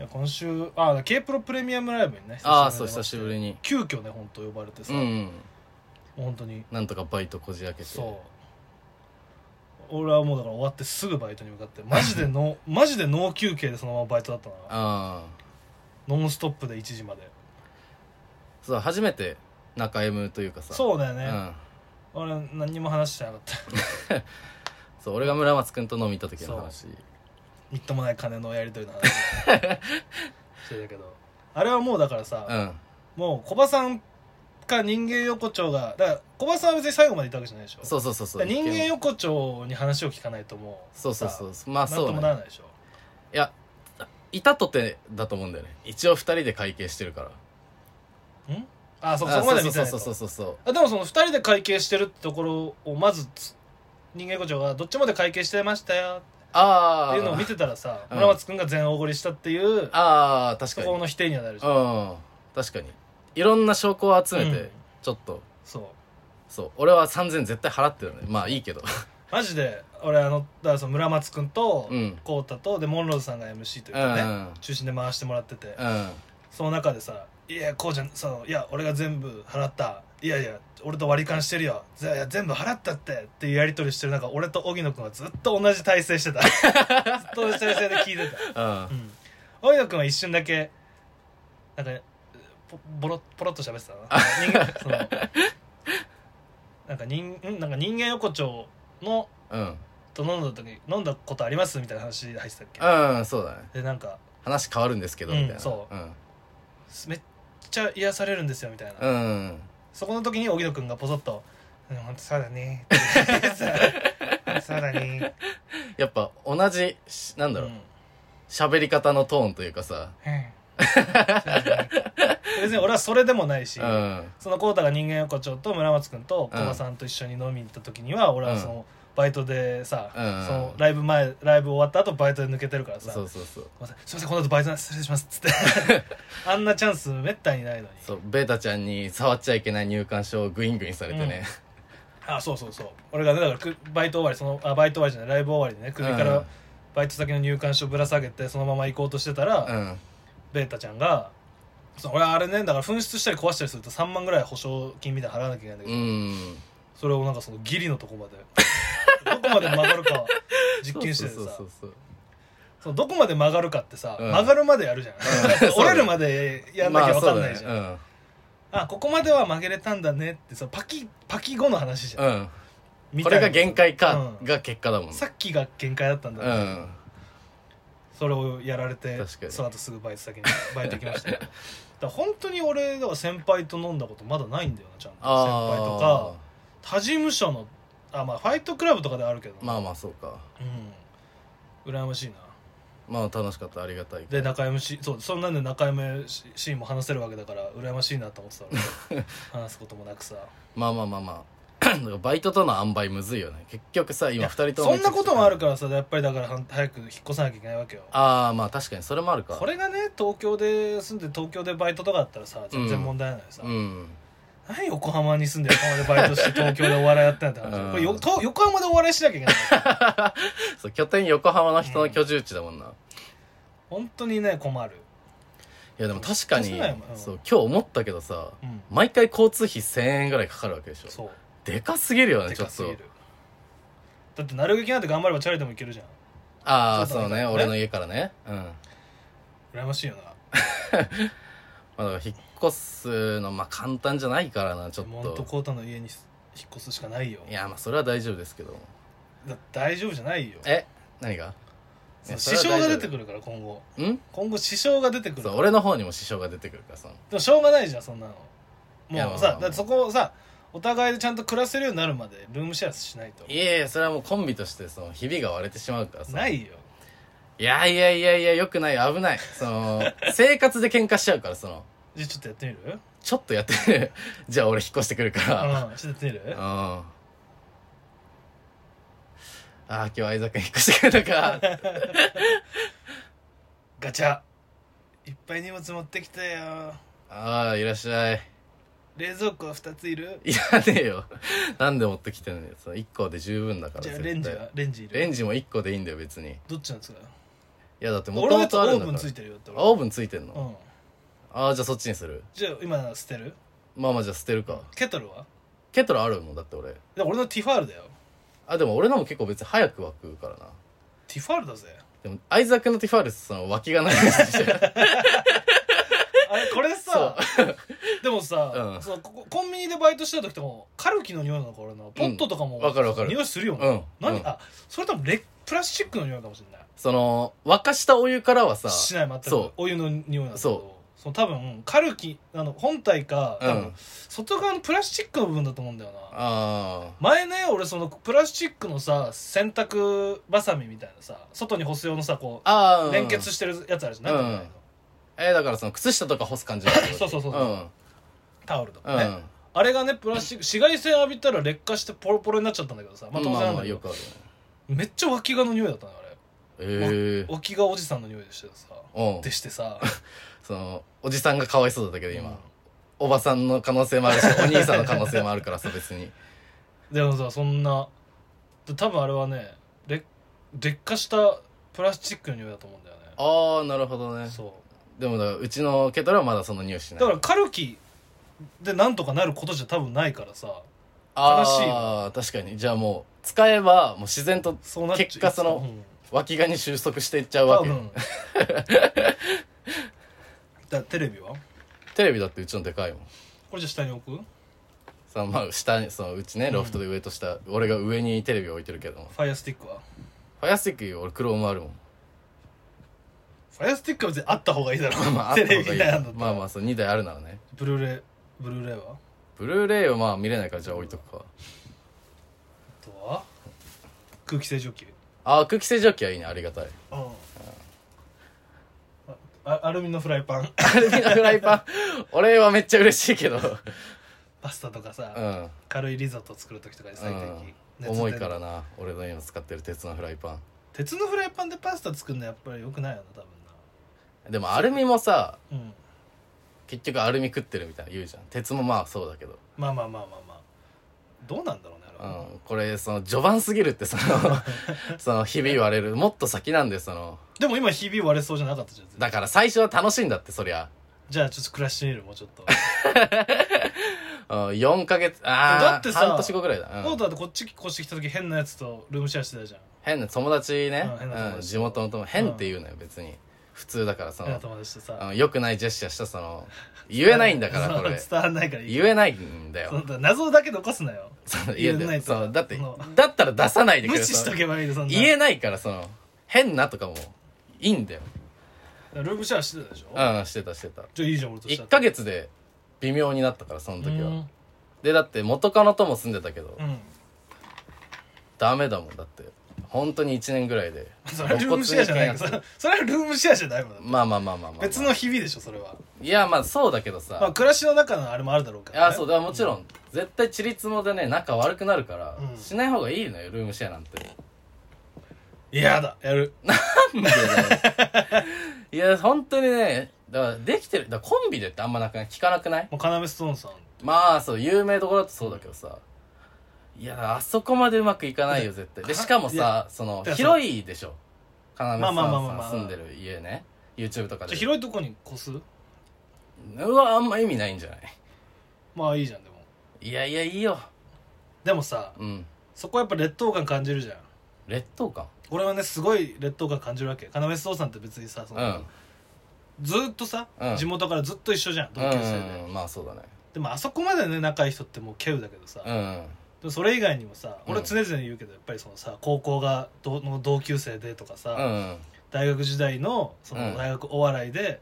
Speaker 2: や今週あ K プロプレミアムライブにね
Speaker 1: ああそう久しぶり
Speaker 2: に
Speaker 1: に
Speaker 2: 急遽ね本当呼ばれてさ、
Speaker 1: うん
Speaker 2: も
Speaker 1: うん
Speaker 2: う本当に
Speaker 1: なんとかバイトこじ開けて
Speaker 2: そう俺はもうだから終わってすぐバイトに向かってマジでのマジでノー休憩でそのままバイトだったな
Speaker 1: あ
Speaker 2: ノンストップで1時まで
Speaker 1: あそう初めて中 M というかさう
Speaker 2: そうだよ
Speaker 1: う
Speaker 2: ね、
Speaker 1: ん
Speaker 2: 俺何にも話してなかった
Speaker 1: そう俺が村松君と飲み行った時の話
Speaker 2: みっともない金のやり取り の話してたけどあれはもうだからさ、
Speaker 1: うん
Speaker 2: もう小バさんか人間横丁がだから小バさんは別に最後までいたわけじゃないでしょ
Speaker 1: そうそうそうそ
Speaker 2: だ
Speaker 1: う
Speaker 2: から人間横丁に話を聞かないともう
Speaker 1: そうそうそううまあ
Speaker 2: なん
Speaker 1: そ
Speaker 2: と
Speaker 1: う
Speaker 2: も
Speaker 1: ね
Speaker 2: ならないでしょ
Speaker 1: いやいたとてだと思うんだよね一応二人で会計してるから
Speaker 2: んあそう
Speaker 1: あ
Speaker 2: そこまで見てない
Speaker 1: そ
Speaker 2: と
Speaker 1: うそうそうそうそう
Speaker 2: あでもその2人で会計してるってところをまずつ人間横丁がどっちまで会計してましたよ
Speaker 1: ああ
Speaker 2: っていうのを見てたらさ
Speaker 1: うん
Speaker 2: 村松君が全おごりしたっていう
Speaker 1: ああ確
Speaker 2: そ
Speaker 1: かに
Speaker 2: この否定にはなるじゃん
Speaker 1: うん確かにいろんな証拠を集め
Speaker 2: うん
Speaker 1: てちょっと、
Speaker 2: そう
Speaker 1: そう俺は3000絶対払ってるのねまあいいけど
Speaker 2: マジで俺あのだからその村松君と
Speaker 1: うん
Speaker 2: 浩太とでモンローズさんが MC という
Speaker 1: う
Speaker 2: か
Speaker 1: んう
Speaker 2: ね、
Speaker 1: ん
Speaker 2: 中心で回してもらってて
Speaker 1: うん
Speaker 2: その中でさ「いやこうじゃんそのいや俺が全部払ったいやいや俺と割り勘してるよいやいや全部払ったって」っていうやり取りしてる中俺と荻野君はずっと同じ体勢してたずっと同じ体勢で聞いてた
Speaker 1: うん
Speaker 2: うん荻野君は一瞬だけなんかポボロポロっと喋ってたな人間そのなんか人んなんか人間横丁の
Speaker 1: うん
Speaker 2: と飲んだ時飲んだことありますみたいな話入ってたっけ
Speaker 1: うんそうだね
Speaker 2: でなんか
Speaker 1: 話変わるんですけどみたいな、
Speaker 2: うんそうんめっちゃ癒されるんですよみたいな、
Speaker 1: うん
Speaker 2: そこの時に荻野君がポソッと「うんほんとそうだね」 そうだね」
Speaker 1: やっぱ同じしなんだろう
Speaker 2: うん
Speaker 1: 喋、り方のトーンというかさ
Speaker 2: うんそうだね別に俺はそれでもないし、
Speaker 1: うん
Speaker 2: その浩太が人間横丁と村松君と小馬さんと一緒に飲みに行った時には、俺はそのバイトでさ、
Speaker 1: うん
Speaker 2: そのライブ前ライブ終わった後バイトで抜けてるからさ「
Speaker 1: そうそうそう
Speaker 2: ごめんなさいすいませんこの後バイトなんで失礼します」っつって あんなチャンスめったにないのに
Speaker 1: そうベータちゃんに触っちゃいけない入館証をグイングインされてね、
Speaker 2: あそうそうそう俺がねだからくバイト終わりそのあバイト終わりじゃないライブ終わりでね首か
Speaker 1: う
Speaker 2: ら
Speaker 1: ん
Speaker 2: バイト先の入館証ぶら下げてそのまま行こうとしてたら、
Speaker 1: うん、
Speaker 2: ベータちゃんがその俺あれねだから紛失したり壊したりすると3万ぐらい保証金みたいなの払わなきゃいけないんだけ
Speaker 1: う
Speaker 2: ど、
Speaker 1: ん
Speaker 2: それをなんかそのギリのとこまで どこまで曲がるか実験しててさ
Speaker 1: そうそうそう
Speaker 2: そのどこまで曲がるかってさ、
Speaker 1: うん
Speaker 2: 曲がるまでやるじゃん、
Speaker 1: うん
Speaker 2: 折れるまで
Speaker 1: そう
Speaker 2: やんなきゃ分かん
Speaker 1: まあ
Speaker 2: ないじゃん、あ
Speaker 1: そうだね
Speaker 2: ここまでは曲げれたんだねってさパキパキ後の話じゃん、
Speaker 1: うん、うん、
Speaker 2: み
Speaker 1: こ
Speaker 2: たい
Speaker 1: れ
Speaker 2: な
Speaker 1: が限界か、
Speaker 2: うん
Speaker 1: が結果だもんね
Speaker 2: さっきが限界だったんだ
Speaker 1: う
Speaker 2: ね
Speaker 1: ん
Speaker 2: それをやられて
Speaker 1: 確かに
Speaker 2: その後すぐバイト先に バイト行きましたよだから本当に俺だから先輩と飲んだことまだないんだよなちゃんと先
Speaker 1: あ
Speaker 2: 輩とか他事務所のあまあファイトクラブとかではあるけど、
Speaker 1: まあまあそうか
Speaker 2: うん羨ましいな
Speaker 1: まあ楽しかったありがたい
Speaker 2: で中山しそうそんなんで中山シシーンも話せるわけだから羨ましいなと思ってた 俺話すこともなくさ
Speaker 1: まあまあまあ まあバイトとの塩梅むずいよね結局さ今二人とも
Speaker 2: そんなこともある
Speaker 1: ら
Speaker 2: からさやっぱりだからはん早く引っ越さなきゃいけないわけよ
Speaker 1: ああまあ確かにそれもあるか
Speaker 2: これがね東京で住んで東京でバイトとかだったらさ全然問題ないさ、
Speaker 1: うん
Speaker 2: 何横浜に住んで横浜でバイトして東京でお笑いやってんだって話、
Speaker 1: うん
Speaker 2: これよと横浜でお笑いしなきゃいけない
Speaker 1: そう拠点横浜の人の居住地だもんな、い
Speaker 2: 本当にね困る、
Speaker 1: やでも確か
Speaker 2: そう
Speaker 1: に
Speaker 2: だようん
Speaker 1: そう今日思ったけどさ
Speaker 2: うん、
Speaker 1: 毎回交通費1000円ぐらいかかるわけでしょ
Speaker 2: そう
Speaker 1: でかすぎるよね
Speaker 2: で
Speaker 1: ちょ
Speaker 2: か
Speaker 1: っ
Speaker 2: す
Speaker 1: と
Speaker 2: ぎるだってなる劇なんて頑張ればチャリでもいけるじゃん
Speaker 1: ああ
Speaker 2: そう
Speaker 1: そ
Speaker 2: だね
Speaker 1: うね俺の家からねうん、ま
Speaker 2: 羨ましいよな
Speaker 1: あ、だから引っ越すのまあ簡単じゃないからなち
Speaker 2: ち
Speaker 1: ょっ
Speaker 2: ょっと
Speaker 1: と
Speaker 2: コータの家に引っ越すしかないよ
Speaker 1: いやまあそれは大丈夫ですけど
Speaker 2: だ大丈夫じゃないよ
Speaker 1: え何が
Speaker 2: そう
Speaker 1: それ
Speaker 2: 支
Speaker 1: は
Speaker 2: 障が出て
Speaker 1: 大丈
Speaker 2: くるから今後
Speaker 1: 夫ん
Speaker 2: 今後支障が出てくるか
Speaker 1: そ
Speaker 2: ら
Speaker 1: う俺の方にも支障が出てくるからさ
Speaker 2: でもしょうがないじゃんそんなの
Speaker 1: いやま
Speaker 2: も
Speaker 1: あ
Speaker 2: う
Speaker 1: まあ
Speaker 2: さ
Speaker 1: まあ
Speaker 2: だってそこをさお互いでちゃんと暮らせるようになるまでルームシェアしないと
Speaker 1: いやいやそれはもうコンビとしてそのひびが割れてしまうからさ
Speaker 2: ないよ
Speaker 1: いやいやいやいやよくない危ないその生活で喧嘩しちゃうからその
Speaker 2: じゃあちょっとやってみる
Speaker 1: ちょっとやって じゃあ俺引っ越してくるから
Speaker 2: うんちょっとやってみ
Speaker 1: うん
Speaker 2: る
Speaker 1: ああー今日相沢君引っ越してくれたか
Speaker 2: ガチャいっぱい荷物持ってきたよ
Speaker 1: ああいらっしゃい
Speaker 2: 冷蔵庫は2ついる
Speaker 1: いらねえよなんで持ってきてんのよその1個で十分だから
Speaker 2: じゃあ
Speaker 1: 絶対
Speaker 2: レンジはレンジいる
Speaker 1: レンジも1個でいいんだよ別にい
Speaker 2: どっちなんですか
Speaker 1: やだっても
Speaker 2: 俺
Speaker 1: とも
Speaker 2: のやつ
Speaker 1: と
Speaker 2: オ
Speaker 1: ある
Speaker 2: ーブ
Speaker 1: ん
Speaker 2: ン
Speaker 1: だか
Speaker 2: つ
Speaker 1: ら
Speaker 2: いてるよって
Speaker 1: あオーブンついてんの、
Speaker 2: うん
Speaker 1: ああじゃあそっちにする
Speaker 2: じゃあ今捨てる
Speaker 1: まあまあじゃあ捨てるか
Speaker 2: ケトルは
Speaker 1: ケトルあるもんだって俺
Speaker 2: で俺のティファールだよ
Speaker 1: あでも俺のも結構別に早く湧くからな
Speaker 2: ティファール だぜ
Speaker 1: でもアイザックのティファールスその脇がないです よ
Speaker 2: あれこれさ でもさ、
Speaker 1: うん
Speaker 2: そのここコンビニでバイトしてた時とかもカルキの匂いなのか俺のポットとかも、
Speaker 1: わかるわかる
Speaker 2: 匂いするよ
Speaker 1: う
Speaker 2: ね、
Speaker 1: ん
Speaker 2: 何、
Speaker 1: うん
Speaker 2: あそれ多分レプラスチックの匂いかもしれない
Speaker 1: その沸かしたお湯からはさ
Speaker 2: しない全く
Speaker 1: そう
Speaker 2: お湯の匂いなんだけど
Speaker 1: そ
Speaker 2: その多分カルキあの本体か、
Speaker 1: うん
Speaker 2: 多分外側のプラスチックの部分だと思うんだよな
Speaker 1: あ
Speaker 2: 前ね俺そのプラスチックのさ洗濯バサミみたいなさ外に干す用のさこ
Speaker 1: あああ
Speaker 2: う
Speaker 1: うん
Speaker 2: 連結してるやつあるじゃん、なんていうの
Speaker 1: うんえーだからその靴下とか干す感じだよ
Speaker 2: そうそうそうそう
Speaker 1: うん
Speaker 2: タオルとか
Speaker 1: うん、
Speaker 2: ね、あれがねプラスチック紫外線浴びたら劣化してポロポロになっちゃったんだけどさまあ当然
Speaker 1: ま
Speaker 2: な
Speaker 1: あ
Speaker 2: ん
Speaker 1: ま
Speaker 2: だ
Speaker 1: あ
Speaker 2: けど
Speaker 1: よ、くあるね
Speaker 2: めっちゃ脇がの匂いだったのよあれ
Speaker 1: ええ
Speaker 2: 脇がおじさんの匂いでしてさ
Speaker 1: うん
Speaker 2: でして さ
Speaker 1: そのおじさんがかわいそうだったけど今、
Speaker 2: うん
Speaker 1: おばさんの可能性も あるしお兄さんの可能性もあるからさ別に
Speaker 2: でもさそんなで多分あれはね劣劣化したプラスチックの匂いだと思うんだよね
Speaker 1: ああなるほどね
Speaker 2: そ
Speaker 1: でもだからうちのケトルはまだその匂いしな
Speaker 2: う
Speaker 1: い
Speaker 2: だからカルキでなんとかなることじゃ多分ないからさ
Speaker 1: ああ確かにじゃあもう使えばもう自然と
Speaker 2: そうなっちゃう
Speaker 1: 結果その
Speaker 2: うん
Speaker 1: 脇がに収束していっちゃう
Speaker 2: 多
Speaker 1: わけ
Speaker 2: 分 だテレビは
Speaker 1: テレビだってうちのでかいもん
Speaker 2: これじゃ下に置くフ
Speaker 1: そのまあ下にそのうちね
Speaker 2: うん
Speaker 1: ロフトで上と下、俺が上にテレビ置いてるけども
Speaker 2: ァイアスティックは
Speaker 1: ファイアスティック俺クロームあるもん
Speaker 2: ファイアスティックは別にあった方がいいだろう、
Speaker 1: まああった方が
Speaker 2: テ
Speaker 1: い
Speaker 2: レ
Speaker 1: い
Speaker 2: ビなんだったら
Speaker 1: まあまあそう2台あるならね
Speaker 2: ブルーレイブルーレイはあ
Speaker 1: ブルーレイはまあ見れないからじゃあ置いとくか
Speaker 2: とは空気清浄機
Speaker 1: ああ空気清浄機はいいねありがたい
Speaker 2: うんあアルミのフライパン
Speaker 1: アルミのフライパン俺はめっちゃ嬉しいけど
Speaker 2: パスタとかさ、
Speaker 1: うん
Speaker 2: 軽いリゾット作る時とかに最適、熱伝導
Speaker 1: 重いからな俺の今使ってる鉄のフライパ
Speaker 2: 鉄のフライパンでパスタ作るのやっぱりよくないよな多
Speaker 1: ンでもアルミもさ
Speaker 2: 分なうん
Speaker 1: 結局アルミ食ってるみたいな言うじゃん鉄もまあそうだけど、
Speaker 2: まあまあまあまあまあどうなんだろうね
Speaker 1: う
Speaker 2: あれは、
Speaker 1: ん、これその序盤すぎる ってそのそのひび割れるもっと先なんでその
Speaker 2: でも今ひび割れそうじゃなかったじゃん絶対
Speaker 1: だから最初は楽しいんだってそりゃ、
Speaker 2: じゃあちょっと暮らしてみるもうちょっと
Speaker 1: うん、4ヶ月ああ
Speaker 2: だってさ
Speaker 1: 半年後ぐらいだ、う
Speaker 2: も
Speaker 1: ん
Speaker 2: うだってこっち越してきた時変なやつとルームシェアしてたじゃん
Speaker 1: 変な友達ね
Speaker 2: うん変な友、達
Speaker 1: うん、地元の友達変って言うのよ別に普通だからそ
Speaker 2: 変な
Speaker 1: の
Speaker 2: 友達と
Speaker 1: あ
Speaker 2: さ
Speaker 1: の良くないジェスチャーしたそ の言えないんだか
Speaker 2: そ
Speaker 1: ら
Speaker 2: う
Speaker 1: これ
Speaker 2: 伝わんないからいい
Speaker 1: 言えないんだ
Speaker 2: そ
Speaker 1: よ
Speaker 2: うだ謎だけ残すなよ
Speaker 1: そう
Speaker 2: 言え
Speaker 1: いや
Speaker 2: ないと
Speaker 1: そうだって
Speaker 2: その
Speaker 1: だったら出さないでく
Speaker 2: 無
Speaker 1: れ
Speaker 2: 視しとけばいいよそんな
Speaker 1: 言えないからその変なとかもいいんだよ
Speaker 2: ルームシェアしてたでしょ
Speaker 1: うんしてたしてた
Speaker 2: じゃあいいじゃん俺とした
Speaker 1: 1ヶ月で微妙になったからその時はでだって元カノとも住んでたけど
Speaker 2: うんうん
Speaker 1: ダメだもんだって本当に1年ぐらいで
Speaker 2: それはルームシェアじゃないからそれそれはルームシェアじゃないもんだって
Speaker 1: まあまあまあまあまあまあ
Speaker 2: 別の日々でしょそれは、
Speaker 1: いやまあそうだけどさ、
Speaker 2: まあ、暮らしの中のあれもあるだろうか
Speaker 1: い
Speaker 2: ら、
Speaker 1: や
Speaker 2: ね、
Speaker 1: そうだからもちろん、絶対ちりつもでね仲悪くなるから、
Speaker 2: うん
Speaker 1: しない方がいいのよルームシェアなんて
Speaker 2: いやだやる
Speaker 1: いや本当にねだからできてるだからコンビでってあんまなくない聞かなくない
Speaker 2: もうカナメストーンさん
Speaker 1: まあそう有名どころだとそうだけどさいやあそこまでうまくいかないよ絶対でしかも
Speaker 2: い
Speaker 1: さ
Speaker 2: や
Speaker 1: その
Speaker 2: いや
Speaker 1: 広いでしょ要さん
Speaker 2: まあまあまあまあま
Speaker 1: さ
Speaker 2: あ
Speaker 1: 住んでる家ね YouTube とかで
Speaker 2: じゃあ広いとこに越す
Speaker 1: うわあんま意味ないんじゃない
Speaker 2: まあいいじゃんでも
Speaker 1: いやいやいいよ
Speaker 2: でもさ
Speaker 1: うん
Speaker 2: そこはやっぱ劣等感感じるじゃん
Speaker 1: 劣等感
Speaker 2: 俺はねすごい劣等感感じるわけ要ストーンさんって別にさそ
Speaker 1: うんう
Speaker 2: の、
Speaker 1: ん
Speaker 2: ずーっとさ、
Speaker 1: うん
Speaker 2: 地元からずっと一緒じゃん同級生で、
Speaker 1: うんまあそうだね
Speaker 2: でもあそこまでね仲いい人ってもう稀有だけどさ、
Speaker 1: う
Speaker 2: で
Speaker 1: ん
Speaker 2: もそれ以外にもさ
Speaker 1: うん
Speaker 2: 俺常々言うけどやっぱりそのさ高校がどの同級生でとかさ、
Speaker 1: うん
Speaker 2: 大学時代のそ
Speaker 1: うん
Speaker 2: の大学お笑いで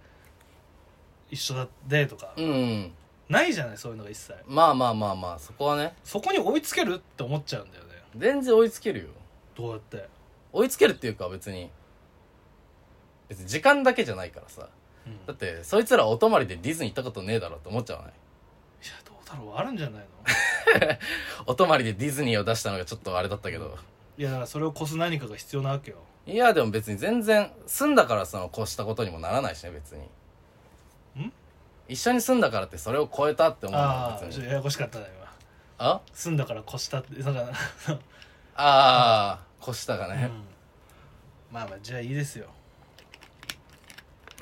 Speaker 2: 一緒だでとか、
Speaker 1: うん
Speaker 2: ないじゃないそういうのが一切
Speaker 1: まあまあまあまあそこはね
Speaker 2: そこに追いつけるって思っちゃうんだよね
Speaker 1: 全然追いつけるよ
Speaker 2: どうやって、
Speaker 1: 追いつけるっていうか別に別に時間だけじゃないからさ
Speaker 2: うん、い
Speaker 1: だ
Speaker 2: や
Speaker 1: ってそいつらお泊まりでディズニー行ったことねえだろって思っちゃわない
Speaker 2: どうだろうあるんじゃないの
Speaker 1: お泊まりでディズニーを出したのがちょっとあれだったけど
Speaker 2: いやだからそれを越す何かが必要なわけよ
Speaker 1: いやでも別に全然住んだからその越したことにもならないしね別に
Speaker 2: ん
Speaker 1: 一緒に住んだからってそれを超えたって思うのは
Speaker 2: ああ
Speaker 1: 別
Speaker 2: ちょっ
Speaker 1: に
Speaker 2: とややこしかったね今
Speaker 1: あ
Speaker 2: 住んだから越したってなんか、
Speaker 1: ああ越したが
Speaker 2: うん
Speaker 1: ね、
Speaker 2: まあまあじゃあいいですよ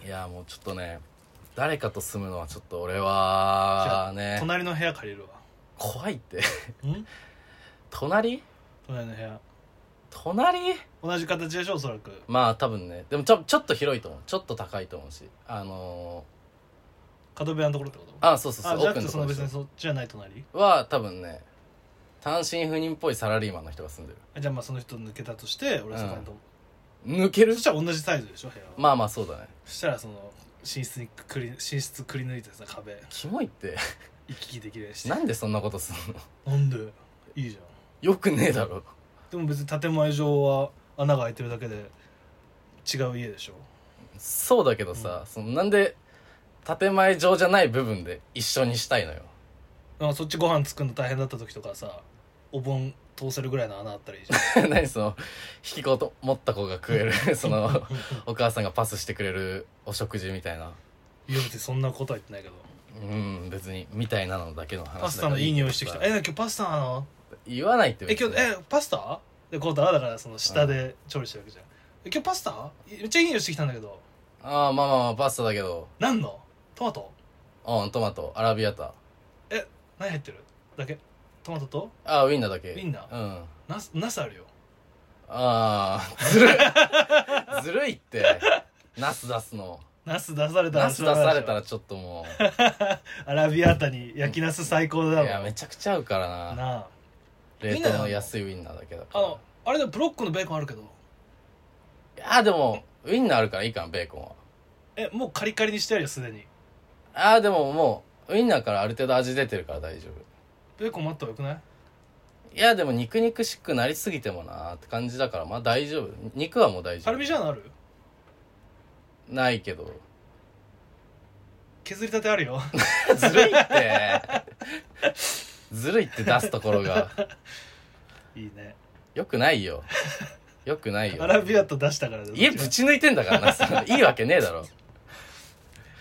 Speaker 1: いやもうちょっとね誰かと住むのはちょっと俺はね
Speaker 2: 隣の部屋借りるわ
Speaker 1: 怖いって
Speaker 2: ん
Speaker 1: 隣
Speaker 2: 隣の部屋
Speaker 1: 隣
Speaker 2: 同じ形でしょおそらく
Speaker 1: まあ多分ねでもちょちょっと広いと思うちょっと高いと思うしあの
Speaker 2: 角部屋のところってこと
Speaker 1: ー、あそうそうそう
Speaker 2: あ
Speaker 1: オ
Speaker 2: じゃ
Speaker 1: ー
Speaker 2: な
Speaker 1: プンの
Speaker 2: くて
Speaker 1: と
Speaker 2: そ
Speaker 1: こ
Speaker 2: の
Speaker 1: で
Speaker 2: 別
Speaker 1: しょ
Speaker 2: にそっちじゃない隣
Speaker 1: は多分ね単身赴任っぽいサラリーマンの人が住んでる
Speaker 2: あじゃあまあその人抜けたとして俺はそこにと、
Speaker 1: 抜ける
Speaker 2: そしたら同じサイズでしょ部屋は、
Speaker 1: まあまあそうだね
Speaker 2: そしたらその寝室にくり寝室くり抜いてさ壁
Speaker 1: キモいって
Speaker 2: 行き来できるやし
Speaker 1: なんでそんなことすんの
Speaker 2: なんでいいじゃん
Speaker 1: よくねえだろ
Speaker 2: でも別に建前上は穴が開いてるだけで違う家でしょ
Speaker 1: そうだけどさ、そのなんで建前上じゃない部分で一緒にしたいのよ
Speaker 2: なんかそっちご飯作るの大変だった時とかさお盆通せるぐらいの穴あったらいいじ ゃん
Speaker 1: 何その引きこもった子が食えるそのお母さんがパスしてくれるお食事みたいない
Speaker 2: や別にそんなことは言ってないけど
Speaker 1: うん別にみたいなのだけの話だから
Speaker 2: パスタのいい匂いしてきた「え今日パスタなの
Speaker 1: 言わないって
Speaker 2: え
Speaker 1: 別
Speaker 2: 今
Speaker 1: に
Speaker 2: 日えパスタ?」でコータはだからその下で調理してるわけじゃん「え今日パスタいめっちゃいい匂いしてきたんだけど
Speaker 1: ああまあまあまあパスタだけど
Speaker 2: 何のトマト
Speaker 1: うんトマトアラビアータ
Speaker 2: 何入ってるだけトマトと
Speaker 1: ああウインナーだけ
Speaker 2: ウインナー
Speaker 1: うん
Speaker 2: ナスナスあるよ
Speaker 1: ああずるいずるい ってナス出すの
Speaker 2: ナス出されたら
Speaker 1: ナス出された
Speaker 2: ら
Speaker 1: らちょっとも
Speaker 2: アラビアータに焼きナス最高
Speaker 1: うい
Speaker 2: だ
Speaker 1: や
Speaker 2: ろ
Speaker 1: めちゃくちゃ合うからな
Speaker 2: なあ
Speaker 1: 冷凍の安いウインナーだけだか
Speaker 2: あ
Speaker 1: ら
Speaker 2: のあれでもブロックのベーコンあるけど
Speaker 1: いやでもウインナーあるからいいかなベーコンは
Speaker 2: えもうカリカリにしてあるよすでに
Speaker 1: ああでももうウインナーからある程度味出てるから大丈夫
Speaker 2: ベーコンもあった方がよくな
Speaker 1: い
Speaker 2: い
Speaker 1: やでも肉肉しくなりすぎてもなーって感じだからまあ大丈夫肉はもう大丈
Speaker 2: パルミジャ
Speaker 1: 夫
Speaker 2: ーノある
Speaker 1: ないけど
Speaker 2: 削りたてあるよ
Speaker 1: ずるいって ずるいって出すところが
Speaker 2: いいね
Speaker 1: よくないよよくないよ
Speaker 2: アラビアータ出したからだよ
Speaker 1: 家ぶち抜いてんだからなさいいわけねえだろ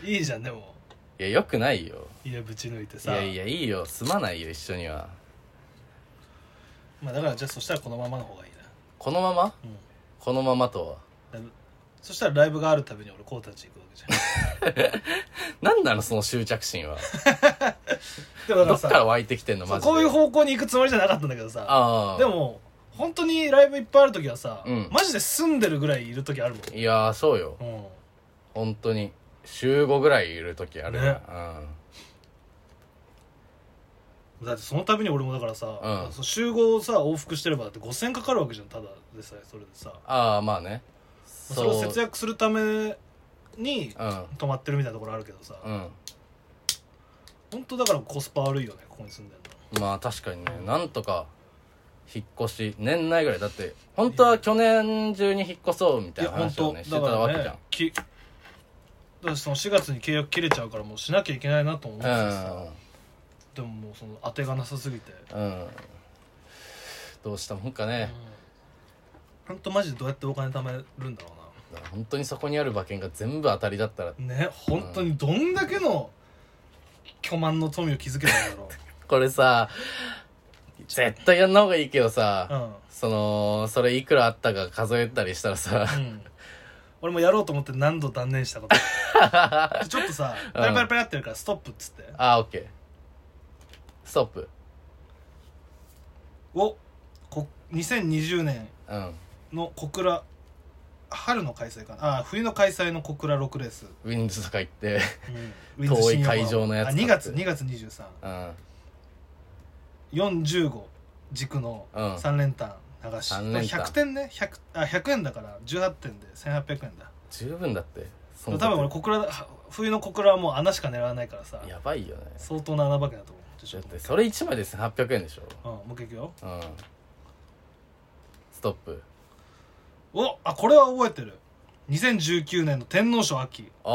Speaker 2: いいじゃんでも
Speaker 1: いやよくないよ
Speaker 2: 家ぶち抜いて
Speaker 1: い
Speaker 2: さ
Speaker 1: やいやいいよ住まないよ一緒には
Speaker 2: まあ、だからじゃあそしたらこのままの方がいいな
Speaker 1: このまま
Speaker 2: うん
Speaker 1: このままとは
Speaker 2: ライブそしたらライブがあるたびに俺こうたち行くわけじゃん
Speaker 1: 何なのその執着心は
Speaker 2: で
Speaker 1: ど
Speaker 2: もだから
Speaker 1: っ
Speaker 2: さ
Speaker 1: から湧いてきてんの
Speaker 2: そ
Speaker 1: マ
Speaker 2: う
Speaker 1: ジで
Speaker 2: こういう方向に行くつもりじゃなかったんだけどさ
Speaker 1: ああ
Speaker 2: でも本当にライブいっぱいある時はさ、
Speaker 1: うん
Speaker 2: マジで住んでるぐらいいる時あるも
Speaker 1: いやーそうよ
Speaker 2: ん、うん、
Speaker 1: 本当に週5ぐらいいる時ある
Speaker 2: ね
Speaker 1: な
Speaker 2: だってその度に俺もだからさ、
Speaker 1: うん
Speaker 2: その集合をさ往復してればだって5000かかるわけじゃんただでさえそれでさ
Speaker 1: ああまあね
Speaker 2: それを節約するために
Speaker 1: うん
Speaker 2: 泊まってるみたいなところあるけどさ、
Speaker 1: うん
Speaker 2: 本当だからコスパ悪いよねここに住んでる
Speaker 1: まあ確かにねなんとか引っ越し年内ぐらいだって本当は去年中に引っ越そうみた
Speaker 2: の
Speaker 1: いな話をねしてたわけじゃん
Speaker 2: きだからその4月に契約切れちゃうからもうしなきゃいけないなと思ってさ、でももうその当てがなさすぎて、
Speaker 1: うんうんどうしたもんか
Speaker 2: うん
Speaker 1: ね、
Speaker 2: ほんとマジでどうやってお金貯めるんだろ
Speaker 1: 本当にそこにある馬券が全部当たりだったら
Speaker 2: うなね本当にどんだけの巨万の富を築けたんだろ
Speaker 1: これさ絶対やんな方がいいけどさ、そのそれいくらあったか数えたりしたらさ
Speaker 2: ううん、うん、俺もやろうと思って何度断念し たことあるちょっとさパラパラパラってやるからストップっつって
Speaker 1: あーオッケーストップ
Speaker 2: をこ2020年
Speaker 1: うん
Speaker 2: の小倉春の開催かなあ冬の開催の小倉6レース、
Speaker 1: ウィンズとか行って
Speaker 2: ウィンズ
Speaker 1: 遠い
Speaker 2: 新横浜
Speaker 1: 会場のやつ
Speaker 2: あ
Speaker 1: 買って
Speaker 2: 2月2月2 3
Speaker 1: うん
Speaker 2: 4 1 5軸の
Speaker 1: うん
Speaker 2: 3連単流し
Speaker 1: 三連単
Speaker 2: 100点ね 100, あ100円だから18点で1800円だ
Speaker 1: 十分だってそ
Speaker 2: 多
Speaker 1: の
Speaker 2: 分俺小倉だは冬の小倉はもう穴しか狙わないからさ
Speaker 1: やばいよね
Speaker 2: 相当な穴ばけだと思うち
Speaker 1: だ
Speaker 2: ょ
Speaker 1: っ
Speaker 2: っと
Speaker 1: てそれ1枚で1800円でしょ
Speaker 2: うんもう一回いくよ
Speaker 1: うんストップ
Speaker 2: おあこれは覚えてる2019年の天皇賞秋
Speaker 1: ああ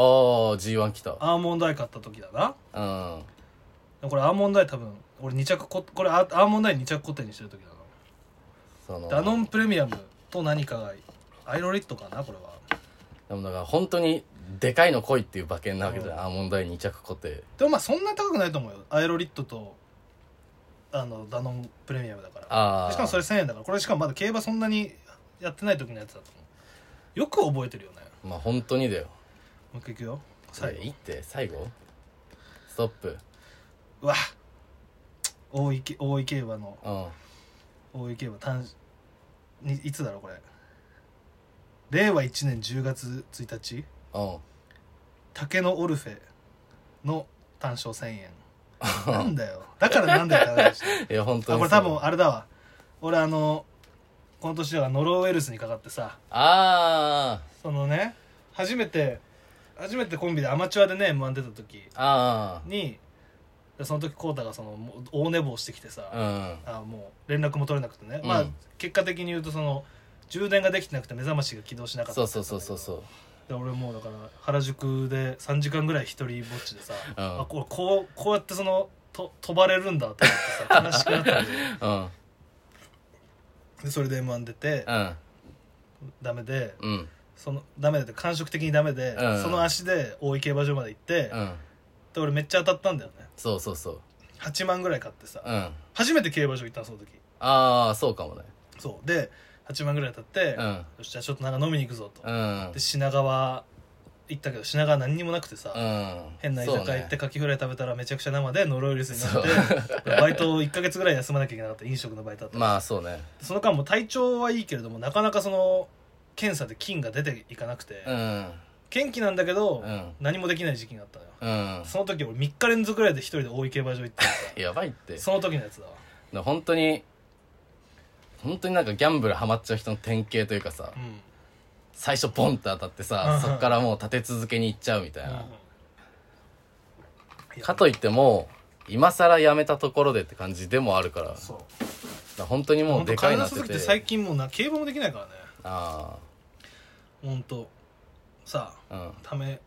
Speaker 1: G1 来た
Speaker 2: アーモンドアイ買った時だな
Speaker 1: うん
Speaker 2: これアーモンドアイ多分俺2着ここれアアーモンドアイ2着固定にしてる時だな
Speaker 1: その
Speaker 2: ダノンプレミアムと何かがアイロリットかなこれは
Speaker 1: でもだから本当にでかいの来いっていう馬券なわけじゃ
Speaker 2: うん
Speaker 1: んアーモンドアイ2着固定
Speaker 2: でもまあそんなに高くないと思うよアイロリットとあのダノンプレミアムだから
Speaker 1: ああ
Speaker 2: しかもそれ1000円だからこれしかもまだ競馬そんなにやってない時のやつだと思うよく覚えてるよね
Speaker 1: まあ本当にだよ
Speaker 2: もう一回いくよ
Speaker 1: そ
Speaker 2: 最
Speaker 1: れ
Speaker 2: 後
Speaker 1: いいって最後ストップ
Speaker 2: うわ大井け大井競馬の
Speaker 1: うん
Speaker 2: 大井競馬単にいつだろうこれ令和1年10月1日
Speaker 1: うん
Speaker 2: 竹のオルフェの単勝1000円なんだよだからなんだよって話して
Speaker 1: いや本当
Speaker 2: あ
Speaker 1: に
Speaker 2: これ
Speaker 1: そう
Speaker 2: 多分あれだわ俺あのこの年だからノロウイルスにかかってさ
Speaker 1: あ
Speaker 2: そのね初めて初めてコンビでアマチュアでね m 1出た時
Speaker 1: ああ
Speaker 2: にその時コウタがそのもう大寝坊してきてさ、
Speaker 1: あ
Speaker 2: あもう連絡も取れなくてね、
Speaker 1: うん
Speaker 2: まあ結果的に言うとその充電ができてなくて目覚ましが起動しな
Speaker 1: う
Speaker 2: か
Speaker 1: ん
Speaker 2: った
Speaker 1: そうそうそうそうそう
Speaker 2: で俺もうだから原宿で3時間ぐらい一人ぼっちでさ、
Speaker 1: うん
Speaker 2: あこうこうこうやってそのと飛ばれるんだと思ってさ悲しくなったんだよ
Speaker 1: うん
Speaker 2: でそれで m 1出て
Speaker 1: うん
Speaker 2: ダメで
Speaker 1: うん
Speaker 2: そのダメだって感触的にダメで、
Speaker 1: うん
Speaker 2: その足で大井競馬場まで行って、
Speaker 1: うん
Speaker 2: で俺めっちゃ当たったんだよね
Speaker 1: そうそうそう
Speaker 2: 8万ぐらい買ってさ、
Speaker 1: うん
Speaker 2: 初めて競馬場行ったのその時
Speaker 1: ああそうかもね
Speaker 2: そうで8万ぐらい当たって、
Speaker 1: うん
Speaker 2: よしじゃあちょっとなんか飲みに行くぞと、
Speaker 1: うん
Speaker 2: で品川行ったけど品川何にもなくてさ、
Speaker 1: うん
Speaker 2: 変な居酒屋行ってカキフライ食べたらめちゃくちゃ生でノロウイルスにな
Speaker 1: そ
Speaker 2: ってバイトを1か月ぐらい休まなきゃいけなかった飲食のバイトだっ
Speaker 1: そう
Speaker 2: た、
Speaker 1: ねまあそうね
Speaker 2: その間も体調はいいけれどもなかなかその検査で菌が出ていかなくて、
Speaker 1: うん
Speaker 2: 元気なんだけど、
Speaker 1: うん
Speaker 2: 何もできない時期があったのよ
Speaker 1: うん
Speaker 2: その時俺3日連続ぐらいで一人で大井競馬場行ってさ
Speaker 1: やばい って
Speaker 2: その時のやつだわ
Speaker 1: だから本当に本当になんかギャンブルハマっちゃう人の典型というかさ
Speaker 2: うん、
Speaker 1: 最初ボンって当たって
Speaker 2: う
Speaker 1: さ
Speaker 2: ん
Speaker 1: そっからもう立て続けにいっちゃうみたいな
Speaker 2: うん
Speaker 1: かといってもう今更やめたところでって感じでもあるからだか
Speaker 2: そう
Speaker 1: ら本当にもう
Speaker 2: 本当
Speaker 1: でかい
Speaker 2: 金
Speaker 1: な
Speaker 2: の
Speaker 1: って
Speaker 2: す
Speaker 1: て
Speaker 2: ぐって最近もうな競馬もできないからね
Speaker 1: あ
Speaker 2: 本当さあ
Speaker 1: あ
Speaker 2: ため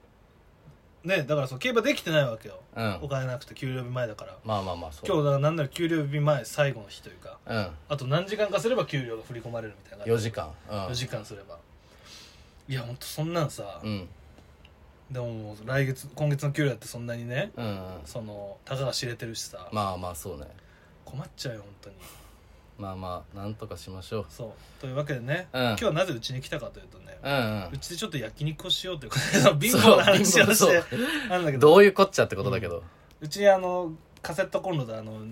Speaker 2: ねだからその競馬できてないわけよ、
Speaker 1: うんう
Speaker 2: お
Speaker 1: ん
Speaker 2: 金なくて給料日前だから
Speaker 1: まあまあまあそう
Speaker 2: 今日だからなんなら給料日前最後の日というか
Speaker 1: うん
Speaker 2: あと何時間かすれば給料が振り込まれるみたいな
Speaker 1: 4時間
Speaker 2: 4時間すればいやほんとそんなんさ、
Speaker 1: うんうん
Speaker 2: でももう来月今月の給料だってそんなにね
Speaker 1: うんうん
Speaker 2: そのたかが知れてるしさ、
Speaker 1: まあまあそうね
Speaker 2: 困っちゃうよ本当に
Speaker 1: まあまあなんとかしましょう
Speaker 2: そうというわけでね、
Speaker 1: うん
Speaker 2: 今日はなぜうちに来たかというとね、
Speaker 1: うんうん
Speaker 2: うちでちょっと焼肉をしようということで貧乏な話をし
Speaker 1: そう貧
Speaker 2: てなんだけど
Speaker 1: どういうこっちゃってことだけど、
Speaker 2: うちにあのカセットコンロであの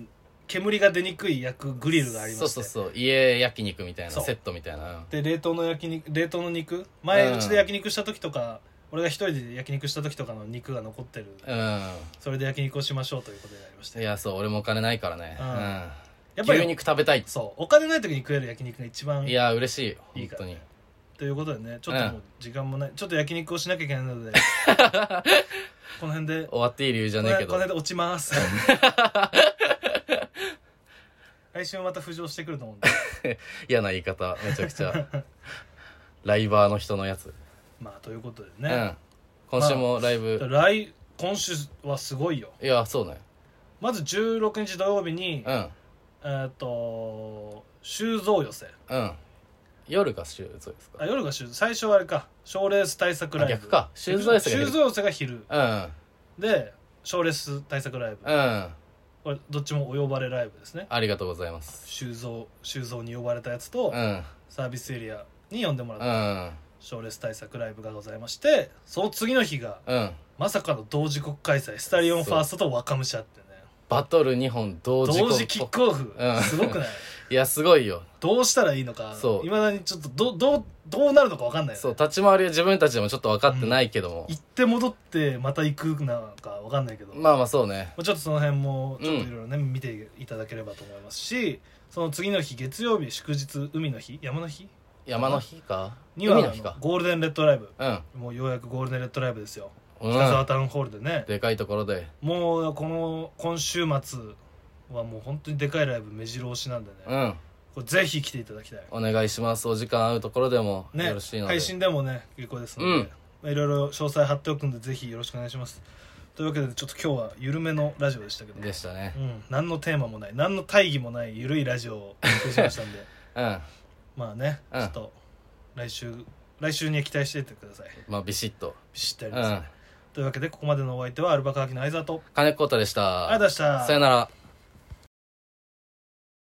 Speaker 2: 煙が出にくい焼くグリルがありまして
Speaker 1: そうそうそう家焼肉みたいな
Speaker 2: そう
Speaker 1: セットみたいな
Speaker 2: で冷凍の焼肉冷凍の肉
Speaker 1: う
Speaker 2: 前
Speaker 1: ん
Speaker 2: うちで焼肉した時とか、俺が一人で焼肉した時とかの肉が残ってる、
Speaker 1: う
Speaker 2: それで焼肉をしましょうということになりまし
Speaker 1: ん
Speaker 2: て
Speaker 1: いやそう俺もお金ないからね、
Speaker 2: うん
Speaker 1: う
Speaker 2: や
Speaker 1: ん、
Speaker 2: っ
Speaker 1: 牛
Speaker 2: ぱり
Speaker 1: 肉食べたい
Speaker 2: そうお金ない時に食える焼肉が一番
Speaker 1: いや嬉しいよ
Speaker 2: いい
Speaker 1: 本
Speaker 2: か
Speaker 1: 当
Speaker 2: ら
Speaker 1: に
Speaker 2: ねということでねちょっともう時間もない、ちょっと焼肉をしなきゃいけない のでこの辺でこ
Speaker 1: 終わっていい理由じゃね
Speaker 2: の
Speaker 1: えけど
Speaker 2: 辺で落ちます 来週もまた浮上してくると思うんで
Speaker 1: 嫌な言い方めちゃくちゃライバーの人のやつ、
Speaker 2: まあということで
Speaker 1: う
Speaker 2: ね
Speaker 1: ん、今週もライブ、
Speaker 2: 来今週はすごいよ
Speaker 1: いやそうね
Speaker 2: まず16日土曜日に、
Speaker 1: うん
Speaker 2: えーっと修造寄せ
Speaker 1: うん夜が週そうですか
Speaker 2: あ夜が修最初はあれか賞レース対策ライブ
Speaker 1: あ逆か修造寄せが昼
Speaker 2: 修造寄せが昼
Speaker 1: うん
Speaker 2: で賞レース対策ライブ
Speaker 1: うん
Speaker 2: これどっちもお呼ばれライブですね
Speaker 1: ありがとうございます
Speaker 2: 修造修造に呼ばれたやつと、
Speaker 1: うん
Speaker 2: サービスエリアに呼んでもらっ
Speaker 1: う
Speaker 2: た
Speaker 1: ん
Speaker 2: 賞、レース対策ライブがございましてその次の日が
Speaker 1: うん
Speaker 2: まさかの同時刻開催スタリオンファーストと若武者ってね
Speaker 1: バトル2本同時
Speaker 2: 同時キックオフ、
Speaker 1: うん
Speaker 2: すごくない
Speaker 1: いやすごいよ
Speaker 2: どうしたらいいのか
Speaker 1: そう
Speaker 2: いまだにちょっとどどうどうなるのか分かんないよね
Speaker 1: そう立ち回りは自分たちでもちょっと分かってないけども、
Speaker 2: 行って戻ってまた行くなんか分かんないけど、
Speaker 1: まあまあそうね
Speaker 2: もうちょっとその辺もちょっといろいろね、見ていただければと思いますしその次の日月曜日祝日海の日山の日
Speaker 1: 山の日か
Speaker 2: には
Speaker 1: 海の日
Speaker 2: あ
Speaker 1: か
Speaker 2: のゴールデンレッドライブ
Speaker 1: うん、
Speaker 2: もうようやくゴールデンレッドライブですよ、
Speaker 1: う
Speaker 2: 北
Speaker 1: ん
Speaker 2: 沢、タウンホールでね
Speaker 1: でかいところで
Speaker 2: もうこの今週末はもう本当にでかいライブ目白押しなんでね、
Speaker 1: う
Speaker 2: こ
Speaker 1: ん
Speaker 2: れぜひ来ていただきたい
Speaker 1: お願いしますお時間合うところでも
Speaker 2: ね
Speaker 1: よろしいので、
Speaker 2: 配信でもね有効ですので、
Speaker 1: うん
Speaker 2: まあいろいろ詳細貼っておくんでぜひよろしくお願いしますというわけでちょっと今日は緩めのラジオでしたけど
Speaker 1: でしたね
Speaker 2: うん、何のテーマもない何の大義もない緩いラジオをお送りしまし たんで
Speaker 1: うん
Speaker 2: まあね、
Speaker 1: うん
Speaker 2: ちょっと来週来週には期待していてください
Speaker 1: まあビシッと
Speaker 2: ビシッとや
Speaker 1: う
Speaker 2: ります、
Speaker 1: ん
Speaker 2: というわけでここまでのお相手はアルバカーキの相沢と
Speaker 1: 金子太でした
Speaker 2: ありがとうございました
Speaker 1: さよなら